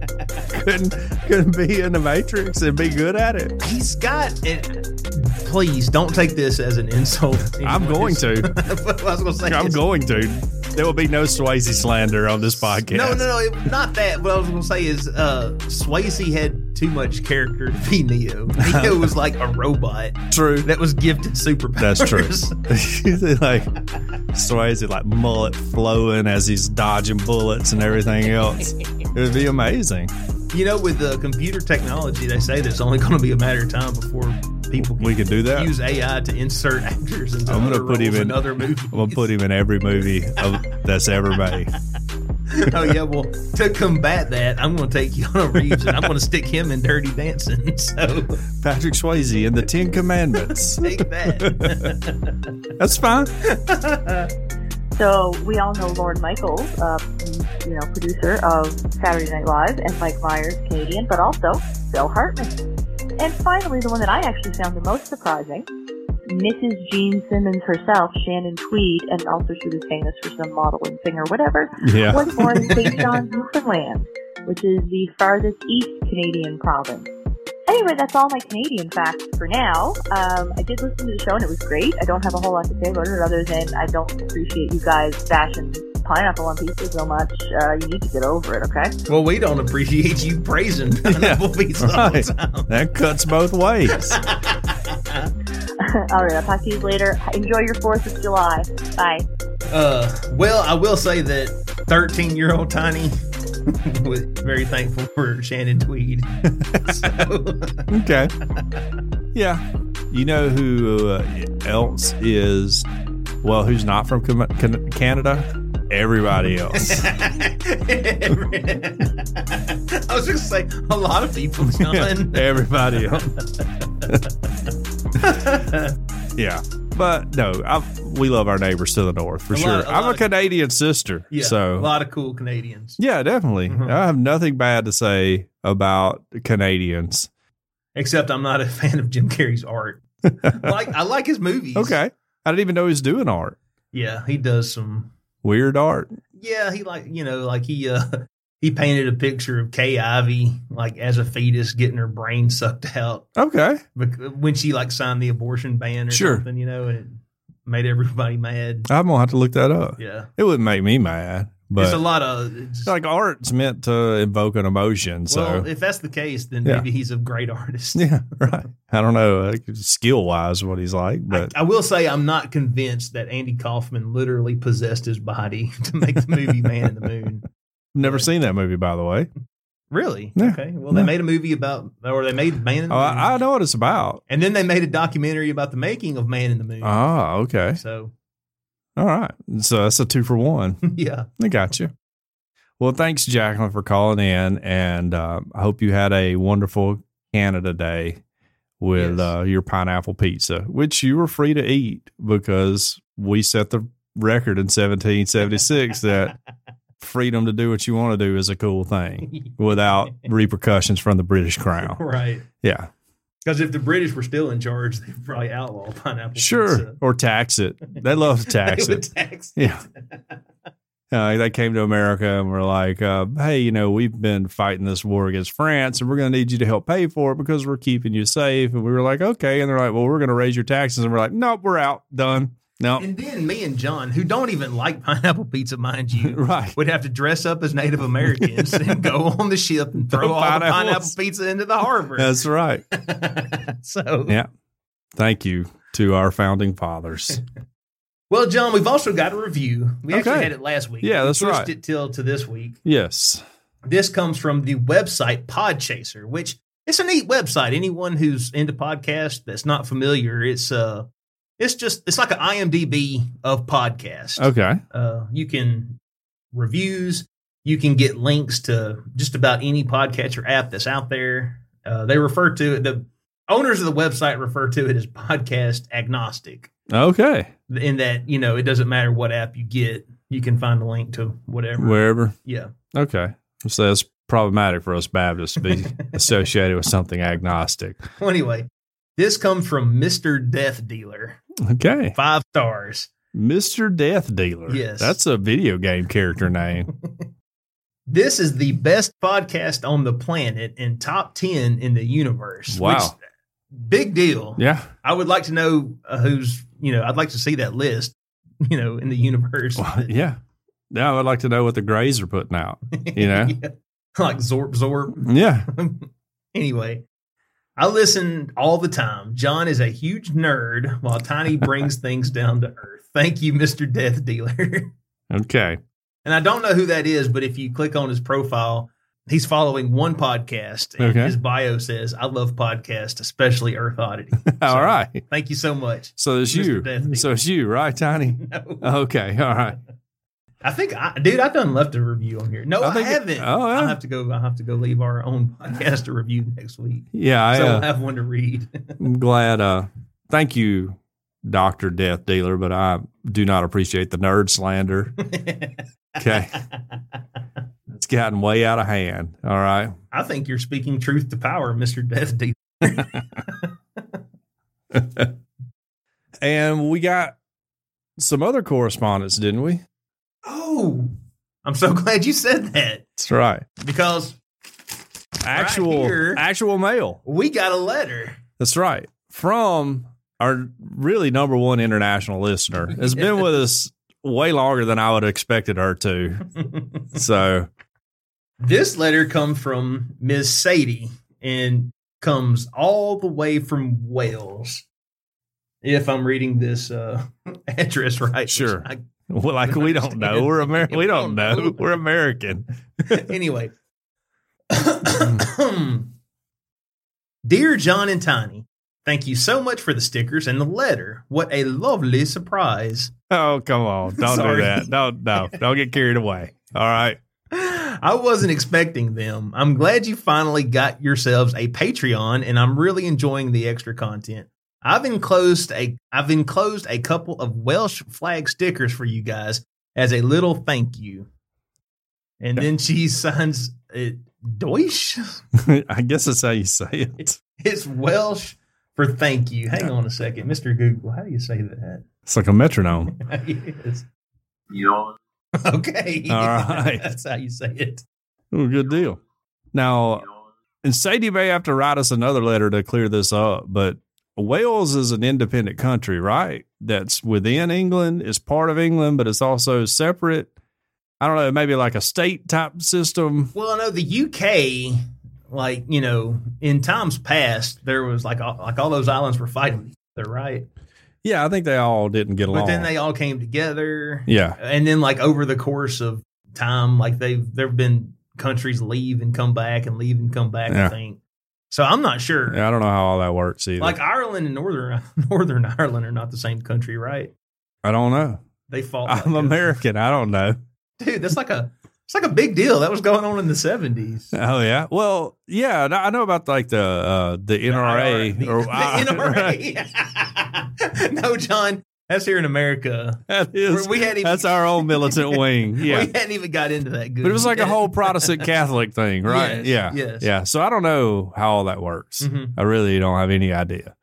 Speaker 2: couldn't couldn't be in the Matrix and be good at it.
Speaker 3: He's got it. Please don't take this as an insult.
Speaker 2: I'm going to.
Speaker 3: I was going to say
Speaker 2: I'm
Speaker 3: is-
Speaker 2: going to. There will be no Swayze slander on this podcast.
Speaker 3: No, no, no, it, not that. What I was gonna say is, uh, Swayze had too much character to be Neo. Neo was like a robot
Speaker 2: True.
Speaker 3: that was gifted superpowers.
Speaker 2: That's true. like Swayze, like mullet flowing as he's dodging bullets and everything else. It would be amazing.
Speaker 3: You know, with the computer technology, they say that it's only going to be a matter of time before people
Speaker 2: We could do that.
Speaker 3: use AI to insert actors into
Speaker 2: I'm gonna
Speaker 3: other
Speaker 2: put him
Speaker 3: roles
Speaker 2: in-
Speaker 3: in other movies.
Speaker 2: I'm gonna put him in every movie of, that's ever made.
Speaker 3: oh yeah, well, to combat that, I'm going to take Keanu Reeves and I'm going to stick him in Dirty Dancing. So
Speaker 2: Patrick Swayze in the Ten Commandments.
Speaker 3: take that.
Speaker 2: That's fine.
Speaker 4: So we all know Lorne Michaels, uh, you know, producer of Saturday Night Live, and Mike Myers, Canadian, but also Bill Hartman. And finally, the one that I actually found the most surprising, Mrs. Jean Simmons herself, Shannon Tweed, and also she was famous for some model and singer, whatever,
Speaker 2: Yeah.
Speaker 4: was born in St. John's, Newfoundland, which is the farthest east Canadian province. Anyway, that's all my Canadian facts for now. Um, I did listen to the show and it was great. I don't have a whole lot to say about it other than I don't appreciate you guys bashing pineapple on pizza so much. Uh, you need to get over it, okay?
Speaker 3: well, we don't appreciate you praising Pineapple Pizza all the
Speaker 2: Right.
Speaker 3: time.
Speaker 2: That cuts both ways.
Speaker 4: all right, I'll talk to you later. Enjoy your 4th of July. Bye.
Speaker 3: Uh, well, I will say that 13 year old Tiny was very thankful for Shannon Tweed. so,
Speaker 2: Okay. Yeah. You know who uh, else is, well, who's not from Com- Can- Canada? Everybody else.
Speaker 3: I was just say a lot of people, John.
Speaker 2: Everybody else. yeah. But no, I, we love our neighbors to the north for
Speaker 3: A lot-
Speaker 2: sure.
Speaker 3: a
Speaker 2: I'm
Speaker 3: lot
Speaker 2: a
Speaker 3: of-
Speaker 2: Canadian sister.
Speaker 3: yeah,
Speaker 2: so
Speaker 3: a lot of cool Canadians,
Speaker 2: Yeah, definitely.
Speaker 3: Mhm.
Speaker 2: I have nothing bad to say about Canadians.
Speaker 3: except I'm not a fan of Jim Carrey's art. like I like his movies.
Speaker 2: Okay. I didn't even know he was doing art.
Speaker 3: Yeah, he does some
Speaker 2: Weird art.
Speaker 3: Yeah, he like you know, like he uh he painted a picture of Kay Ivy like as a fetus getting her brain sucked out
Speaker 2: Okay.
Speaker 3: bec- when she like signed the abortion ban or
Speaker 2: Sure.
Speaker 3: something, you know, and it made everybody mad.
Speaker 2: I'm gonna have to look that up.
Speaker 3: Yeah,
Speaker 2: It wouldn't make me mad,
Speaker 3: it's
Speaker 2: but
Speaker 3: a lot of it's just-
Speaker 2: like art's meant to evoke an emotion. So
Speaker 3: well, if that's the case, then
Speaker 2: Yeah.
Speaker 3: maybe he's a great artist.
Speaker 2: yeah, right. I don't know skill wise what he's like,
Speaker 3: I,
Speaker 2: but
Speaker 3: I will say I'm not convinced that Andy Kaufman literally possessed his body to make the movie Man in the Moon.
Speaker 2: never seen that movie by the way.
Speaker 3: Really?
Speaker 2: Yeah.
Speaker 3: Okay. Well, they
Speaker 2: No.
Speaker 3: made a movie about, or they made Man in the
Speaker 2: Oh,
Speaker 3: Moon.
Speaker 2: I, I know what it's about.
Speaker 3: And then they made a documentary about the making of Man in the Moon.
Speaker 2: Oh, okay.
Speaker 3: So,
Speaker 2: All right. So that's a two for one.
Speaker 3: yeah.
Speaker 2: I got you. Well, thanks, Jacqueline, for calling in, and uh, I hope you had a wonderful Canada Day with
Speaker 3: Yes.
Speaker 2: uh, your pineapple pizza, which you were free to eat because we set the record in 1776 that freedom to do what you want to do is a cool thing without repercussions from the British crown.
Speaker 3: right.
Speaker 2: Yeah,
Speaker 3: Because if the British were still in charge, they'd probably outlaw pineapple.
Speaker 2: sure,
Speaker 3: pizza.
Speaker 2: or tax it. They love to tax
Speaker 3: They
Speaker 2: it.
Speaker 3: would tax it.
Speaker 2: Yeah. Uh, they came to America and were like, uh, hey, you know, we've been fighting this war against France and we're going to need you to help pay for it because we're keeping you safe. And we were like, okay. And they're like, well, we're going to raise your taxes. And we're like, nope, we're out. Done. No.
Speaker 3: And then me and John, who don't even like pineapple pizza, mind you,
Speaker 2: right.
Speaker 3: would have to dress up as Native Americans and go on the ship and throw
Speaker 2: Throw
Speaker 3: all the pineapple
Speaker 2: pineapples.
Speaker 3: pizza into the harbor.
Speaker 2: That's right.
Speaker 3: so,
Speaker 2: Yeah. Thank you to our founding fathers.
Speaker 3: well, John, we've also got a review. We actually
Speaker 2: Okay.
Speaker 3: had it last week.
Speaker 2: Yeah,
Speaker 3: We
Speaker 2: that's
Speaker 3: pushed
Speaker 2: right.
Speaker 3: It till to this week.
Speaker 2: Yes.
Speaker 3: This comes from the website Podchaser, which it's a neat website. Anyone who's into podcasts that's not familiar, it's uh it's just it's like an IMDb of podcasts.
Speaker 2: Okay.
Speaker 3: Uh, you can reviews, you can get links to just about any podcatcher app that's out there. Uh, they refer to it the Owners of the website refer to it as podcast agnostic,
Speaker 2: Okay.
Speaker 3: in that you know it doesn't matter what app you get, you can find a link to whatever.
Speaker 2: Wherever.
Speaker 3: yeah,
Speaker 2: Okay. So that's problematic for us Baptists to be associated with something agnostic.
Speaker 3: Well, anyway, this comes from Mr. Death Dealer.
Speaker 2: Okay.
Speaker 3: Five stars.
Speaker 2: Mr. Death Dealer.
Speaker 3: Yes.
Speaker 2: That's a video game character name.
Speaker 3: This is the best podcast on the planet and top 10 in the universe.
Speaker 2: Wow.
Speaker 3: big deal.
Speaker 2: yeah.
Speaker 3: I would like to know uh, who's, you know, I'd like to see that list, you know, in the universe.
Speaker 2: Well, yeah. Yeah, I would like to know what the Grays are putting out. you know?
Speaker 3: Yeah. Like Zorp Zorp.
Speaker 2: Yeah.
Speaker 3: anyway, I listen all the time. John is a huge nerd while Tiny brings things down to earth. Thank you, Mr. Death Dealer.
Speaker 2: Okay.
Speaker 3: And I don't know who that is, but if you click on his profile, he's following one podcast. And
Speaker 2: Okay.
Speaker 3: his bio says, I love podcasts, especially Earth Oddity.
Speaker 2: All right.
Speaker 3: Thank you so much.
Speaker 2: So it's
Speaker 3: Mr.
Speaker 2: you.
Speaker 3: Death Dealer.
Speaker 2: So it's you, right, Tiny?
Speaker 3: No.
Speaker 2: Okay. All right.
Speaker 3: I think I dude, I've done left a review on here. No,
Speaker 2: I
Speaker 3: I,
Speaker 2: think-
Speaker 3: haven't.
Speaker 2: oh, yeah.
Speaker 3: I'll have to go I'll have to go leave our own podcast to review next week.
Speaker 2: Yeah. I,
Speaker 3: so
Speaker 2: uh,
Speaker 3: we'll have one to read.
Speaker 2: I'm glad. Uh, thank you, Doctor Death Dealer, but I do not appreciate the nerd slander. Okay, it's gotten way out of hand. All right,
Speaker 3: I think you're speaking truth to power, Mr. Death Dealer.
Speaker 2: and we got some other correspondence, didn't we?
Speaker 3: Oh, I'm so glad you said that
Speaker 2: That's right.
Speaker 3: because
Speaker 2: Actual
Speaker 3: here.
Speaker 2: actual mail.
Speaker 3: we got a letter.
Speaker 2: That's right. From our really number one international listener, has been with us way longer than I would have expected her to. So
Speaker 3: This letter comes from Miss Sadie and comes all the way from Wales. If I'm reading this uh, address right, which
Speaker 2: Sure.
Speaker 3: I-
Speaker 2: Well, like we don't know. We're Amer- we don't know. We're American.
Speaker 3: anyway, dear John and Tiny, thank you so much for the stickers and the letter. What a lovely surprise!
Speaker 2: Oh, come on. Don't do
Speaker 3: Sorry.
Speaker 2: that. Don't no. Don't get carried away. All right.
Speaker 3: I wasn't expecting them. I'm glad you finally got yourselves a Patreon and I'm really enjoying the extra content. I've enclosed a I've enclosed a couple of Welsh flag stickers for you guys as a little thank you. And then she signs it Deutsch.
Speaker 2: I guess that's how you say it.
Speaker 3: It's Welsh for thank you. Hang on a second, Mr. Google. How do you say that?
Speaker 2: It's like a metronome.
Speaker 3: yes. Okay.
Speaker 2: All right.
Speaker 3: That's how you say it.
Speaker 2: Ooh, good deal. Now, and Sadie may have to write us another letter to clear this up, but Wales is an independent country, right? That's within England, it's part of England, but it's also separate. I don't know, maybe like a state type system.
Speaker 3: Well, I know the UK, like you know, in times past, there was like all, like all those islands were fighting each other, right?
Speaker 2: Yeah, I think they all didn't get along.
Speaker 3: But then they all came together,
Speaker 2: yeah,
Speaker 3: and then like over the course of time, like they've there've been countries leave and come back and leave and come back.
Speaker 2: Yeah.
Speaker 3: I think. So I'm not sure.
Speaker 2: Yeah, I don't know how all that works either.
Speaker 3: Like Ireland and Northern Northern Ireland are not the same country, right?
Speaker 2: I don't know.
Speaker 3: They fought. like
Speaker 2: I'm
Speaker 3: a-
Speaker 2: American. I don't know.
Speaker 3: dude. That's like a it's like a big deal that was going on in the seventies.
Speaker 2: Oh yeah. Well, yeah. and I know about like the uh, the NRA
Speaker 3: the,
Speaker 2: or
Speaker 3: the NRA. no, John, that's here in America.
Speaker 2: That is,
Speaker 3: we hadn't even,
Speaker 2: that's our own militant wing.
Speaker 3: we
Speaker 2: Yeah.
Speaker 3: hadn't even got into that good.
Speaker 2: But it was like a
Speaker 3: yet.
Speaker 2: whole Protestant Catholic thing, right? yeah.
Speaker 3: Yes, yes.
Speaker 2: Yeah. So I don't know how all that works.
Speaker 3: Mhm.
Speaker 2: I really don't have any idea.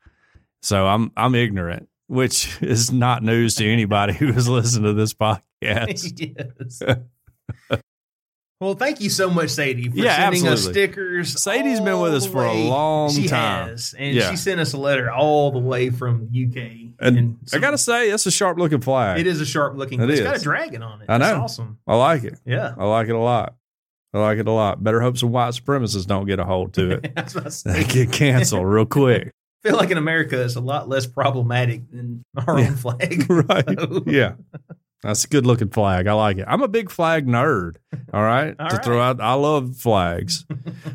Speaker 2: So I'm I'm ignorant, which is not news to anybody who has listened to this podcast.
Speaker 3: yes. Well, thank you so much, Sadie, for
Speaker 2: Yeah,
Speaker 3: sending us
Speaker 2: absolutely.
Speaker 3: stickers.
Speaker 2: Sadie's been
Speaker 3: all
Speaker 2: with us
Speaker 3: the
Speaker 2: for a
Speaker 3: way-
Speaker 2: long
Speaker 3: she
Speaker 2: time.
Speaker 3: has, and
Speaker 2: Yeah.
Speaker 3: she sent us a letter all the way from UK.
Speaker 2: And I
Speaker 3: some-
Speaker 2: gotta say, that's a sharp looking flag.
Speaker 3: it is a sharp looking.
Speaker 2: It
Speaker 3: It has
Speaker 2: is.
Speaker 3: got a dragon on it.
Speaker 2: I
Speaker 3: That's
Speaker 2: know.
Speaker 3: awesome.
Speaker 2: I like it.
Speaker 3: Yeah,
Speaker 2: I like it a lot. I like it a lot. Better hope some white supremacists don't get a hold to it.
Speaker 3: that's what I said.
Speaker 2: they get canceled real quick.
Speaker 3: feel like in America it's a lot less problematic than our
Speaker 2: Yeah.
Speaker 3: own flag.
Speaker 2: Right.
Speaker 3: So-
Speaker 2: Yeah. That's a good looking flag. I like it. I'm a big flag nerd. All right.
Speaker 3: All
Speaker 2: to
Speaker 3: right.
Speaker 2: throw out, I love flags.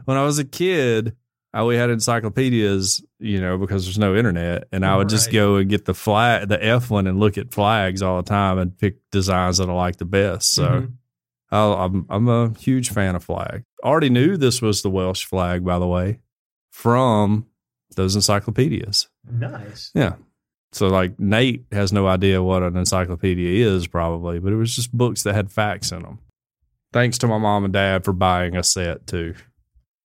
Speaker 2: when I was a kid, I, we had encyclopedias, you know, because there's no internet, and I would just
Speaker 3: Right.
Speaker 2: go and get the flag, the F one, and look at flags all the time and pick designs that I like the best. So
Speaker 3: Mhm.
Speaker 2: I, I'm I'm a huge fan of flag. Already knew this was the Welsh flag, by the way, from those encyclopedias.
Speaker 3: mm-hmm. Nice.
Speaker 2: Yeah. So like Nate has no idea what an encyclopedia is probably, but it was just books that had facts in them. Thanks to my mom and dad for buying a set too.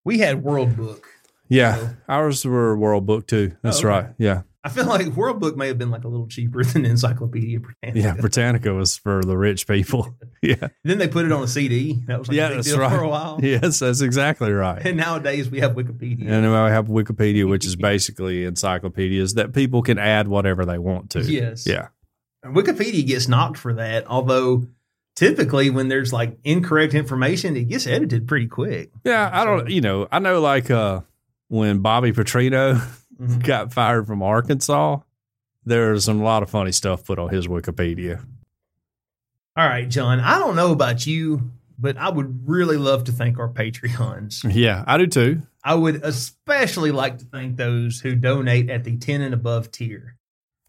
Speaker 3: We had World Book.
Speaker 2: Yeah,
Speaker 3: So-
Speaker 2: ours were World Book too. That's
Speaker 3: okay.
Speaker 2: right. Yeah,
Speaker 3: I feel like World Book may have been like a little cheaper than Encyclopedia Britannica.
Speaker 2: yeah. Britannica was for the rich people. Yeah,
Speaker 3: Then they put it on a CD. That was like
Speaker 2: Yeah,
Speaker 3: a big
Speaker 2: that's
Speaker 3: deal
Speaker 2: right.
Speaker 3: for a while.
Speaker 2: yes, that's exactly right.
Speaker 3: And nowadays we have Wikipedia.
Speaker 2: And now I have Wikipedia, which is basically encyclopedias that people can add whatever they want to.
Speaker 3: Yes.
Speaker 2: Yeah.
Speaker 3: Wikipedia gets knocked for that, although typically when there's like incorrect information, it gets edited pretty quick.
Speaker 2: Yeah. I don't, you know, I know like uh, when Bobby Petrino got fired from Arkansas, there's some, a lot of funny stuff put on his Wikipedia.
Speaker 3: All right, John, I don't know about you, but I would really love to thank our Patreons.
Speaker 2: Yeah, I do too.
Speaker 3: I would especially like to thank those who donate at the 10 and above tier.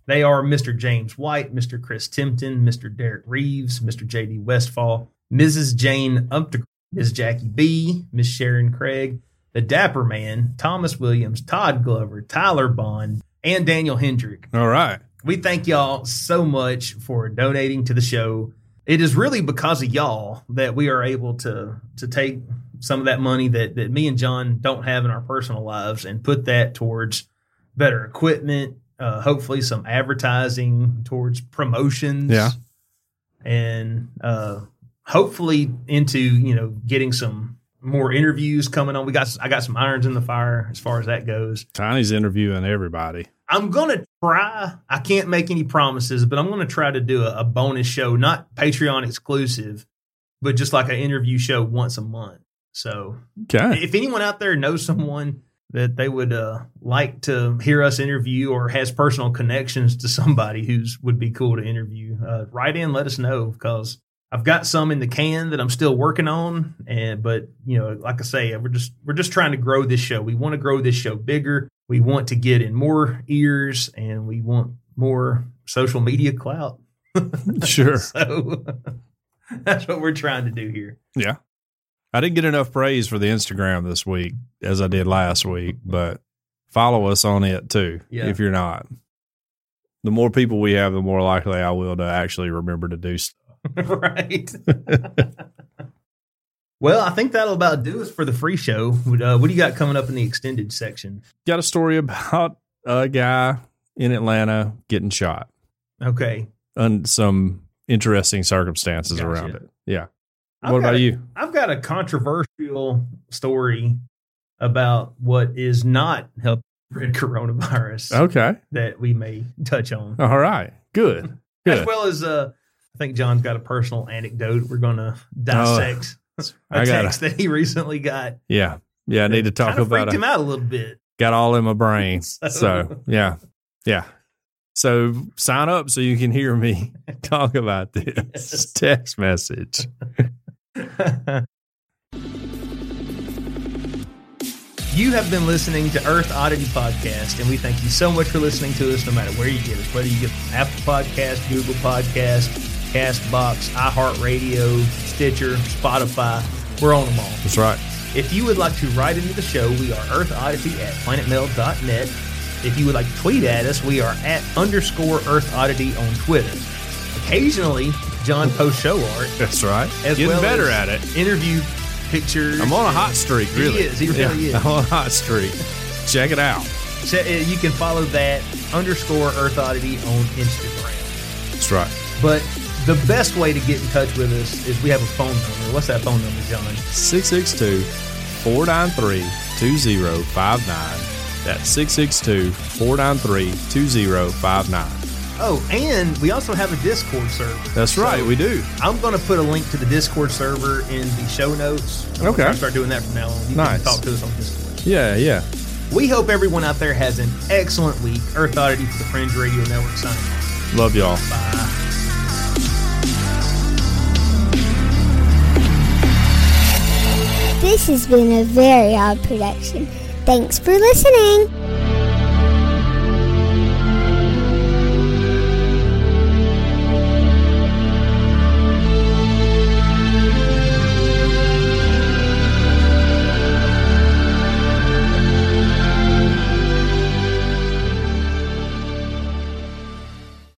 Speaker 3: They are Mr. James White, Mr. Chris Timpton, Mr. Derek Reeves, Mr. JD Westfall, Mrs. Jane Updegrove, Ms. Jackie B, Miss Sharon Craig, The Dapper Man, Thomas Williams, Todd Glover, Tyler Bond, and Daniel Hendrick.
Speaker 2: All right.
Speaker 3: We thank y'all so much for donating to the show. It is really because of y'all that we are able to to take some of that money that that me and John don't have in our personal lives and put that towards better equipment, uh, hopefully some advertising towards promotions,
Speaker 2: Yeah.
Speaker 3: and uh, hopefully into you know getting some more interviews coming on. We got I got some irons in the fire as far as that goes.
Speaker 2: Tiny's interviewing everybody.
Speaker 3: I'm gonna try. I can't make any promises, but I'm gonna try to do a, a bonus show, not Patreon exclusive, but just like an interview show once a month. So
Speaker 2: Okay.
Speaker 3: if anyone out there knows someone that they would uh, like to hear us interview or has personal connections to somebody who's would be cool to interview, uh, write in. Let us know because I've got some in the can that I'm still working on. And but you know, like I say, we're just we're just trying to grow this show. We want to grow this show bigger. We want to get in more ears, and we want more social media clout.
Speaker 2: Sure.
Speaker 3: So that's what we're trying to do here.
Speaker 2: I didn't get enough praise for the Instagram this week as I did last week, but follow us on it too
Speaker 3: Yeah.
Speaker 2: if you're not. The more people we have, the more likely I will to actually remember to do stuff.
Speaker 3: right. well, I think that'll about do us for the free show. What, Uh, what do you got coming up in the extended section?
Speaker 2: Got a story about a guy in Atlanta getting shot
Speaker 3: Okay.
Speaker 2: and some interesting circumstances
Speaker 3: Gotcha.
Speaker 2: around it. Yeah.
Speaker 3: I've
Speaker 2: what about
Speaker 3: got a-
Speaker 2: you?
Speaker 3: I've got a controversial story about what is not helping spread coronavirus
Speaker 2: Okay.
Speaker 3: that we may touch on,
Speaker 2: All right. Good.
Speaker 3: as
Speaker 2: Oh, Good.
Speaker 3: well as uh, I think John's got a personal anecdote. We're going to dissect a
Speaker 2: Oh, I got
Speaker 3: text that he recently got.
Speaker 2: Yeah. Yeah. I need to talk
Speaker 3: Kinda
Speaker 2: about
Speaker 3: freaked
Speaker 2: it.
Speaker 3: him out a little bit.
Speaker 2: got all in my brain.
Speaker 3: So-
Speaker 2: So, yeah, yeah. So sign up so you can hear me talk about this
Speaker 3: Yes.
Speaker 2: text message.
Speaker 3: You have been listening to Earth Oddity Podcast, and we thank you so much for listening to us no matter where you get us, whether you get us on Apple Podcast, Google Podcast, Castbox, iHeartRadio, Stitcher, Spotify. We're on them all.
Speaker 2: That's right.
Speaker 3: If you would like to write into the show, we are earthoddity at planetmail.net. If you would like to tweet at us, we are at underscore earthoddity on Twitter. Occasionally, John posts show art.
Speaker 2: That's right.
Speaker 3: As
Speaker 2: Getting
Speaker 3: well
Speaker 2: better
Speaker 3: as
Speaker 2: at it.
Speaker 3: Interview pictures.
Speaker 2: I'm on a hot streak.
Speaker 3: He
Speaker 2: Really,
Speaker 3: is. He really is.
Speaker 2: I'm on a hot streak. Check it out.
Speaker 3: So, uh, you can follow that underscore Earth Oddity on Instagram.
Speaker 2: That's right.
Speaker 3: But the best way to get in touch with us is we have a phone number. What's that phone number, John?
Speaker 2: 662 493 2059. That's 662 493 2059.
Speaker 3: Oh, and we also have a Discord server.
Speaker 2: That's right.
Speaker 3: So
Speaker 2: we do.
Speaker 3: I'm going to put a link to the Discord server in the show notes. I'm gonna
Speaker 2: Okay.
Speaker 3: try to Start doing that from now on. You
Speaker 2: Nice.
Speaker 3: can talk to us on Discord.
Speaker 2: Yeah, yeah.
Speaker 3: We hope everyone out there has an excellent week. Earth Oddity for the Fringe Radio Network signing off.
Speaker 2: Love y'all.
Speaker 5: This has been a very odd production. Thanks for listening.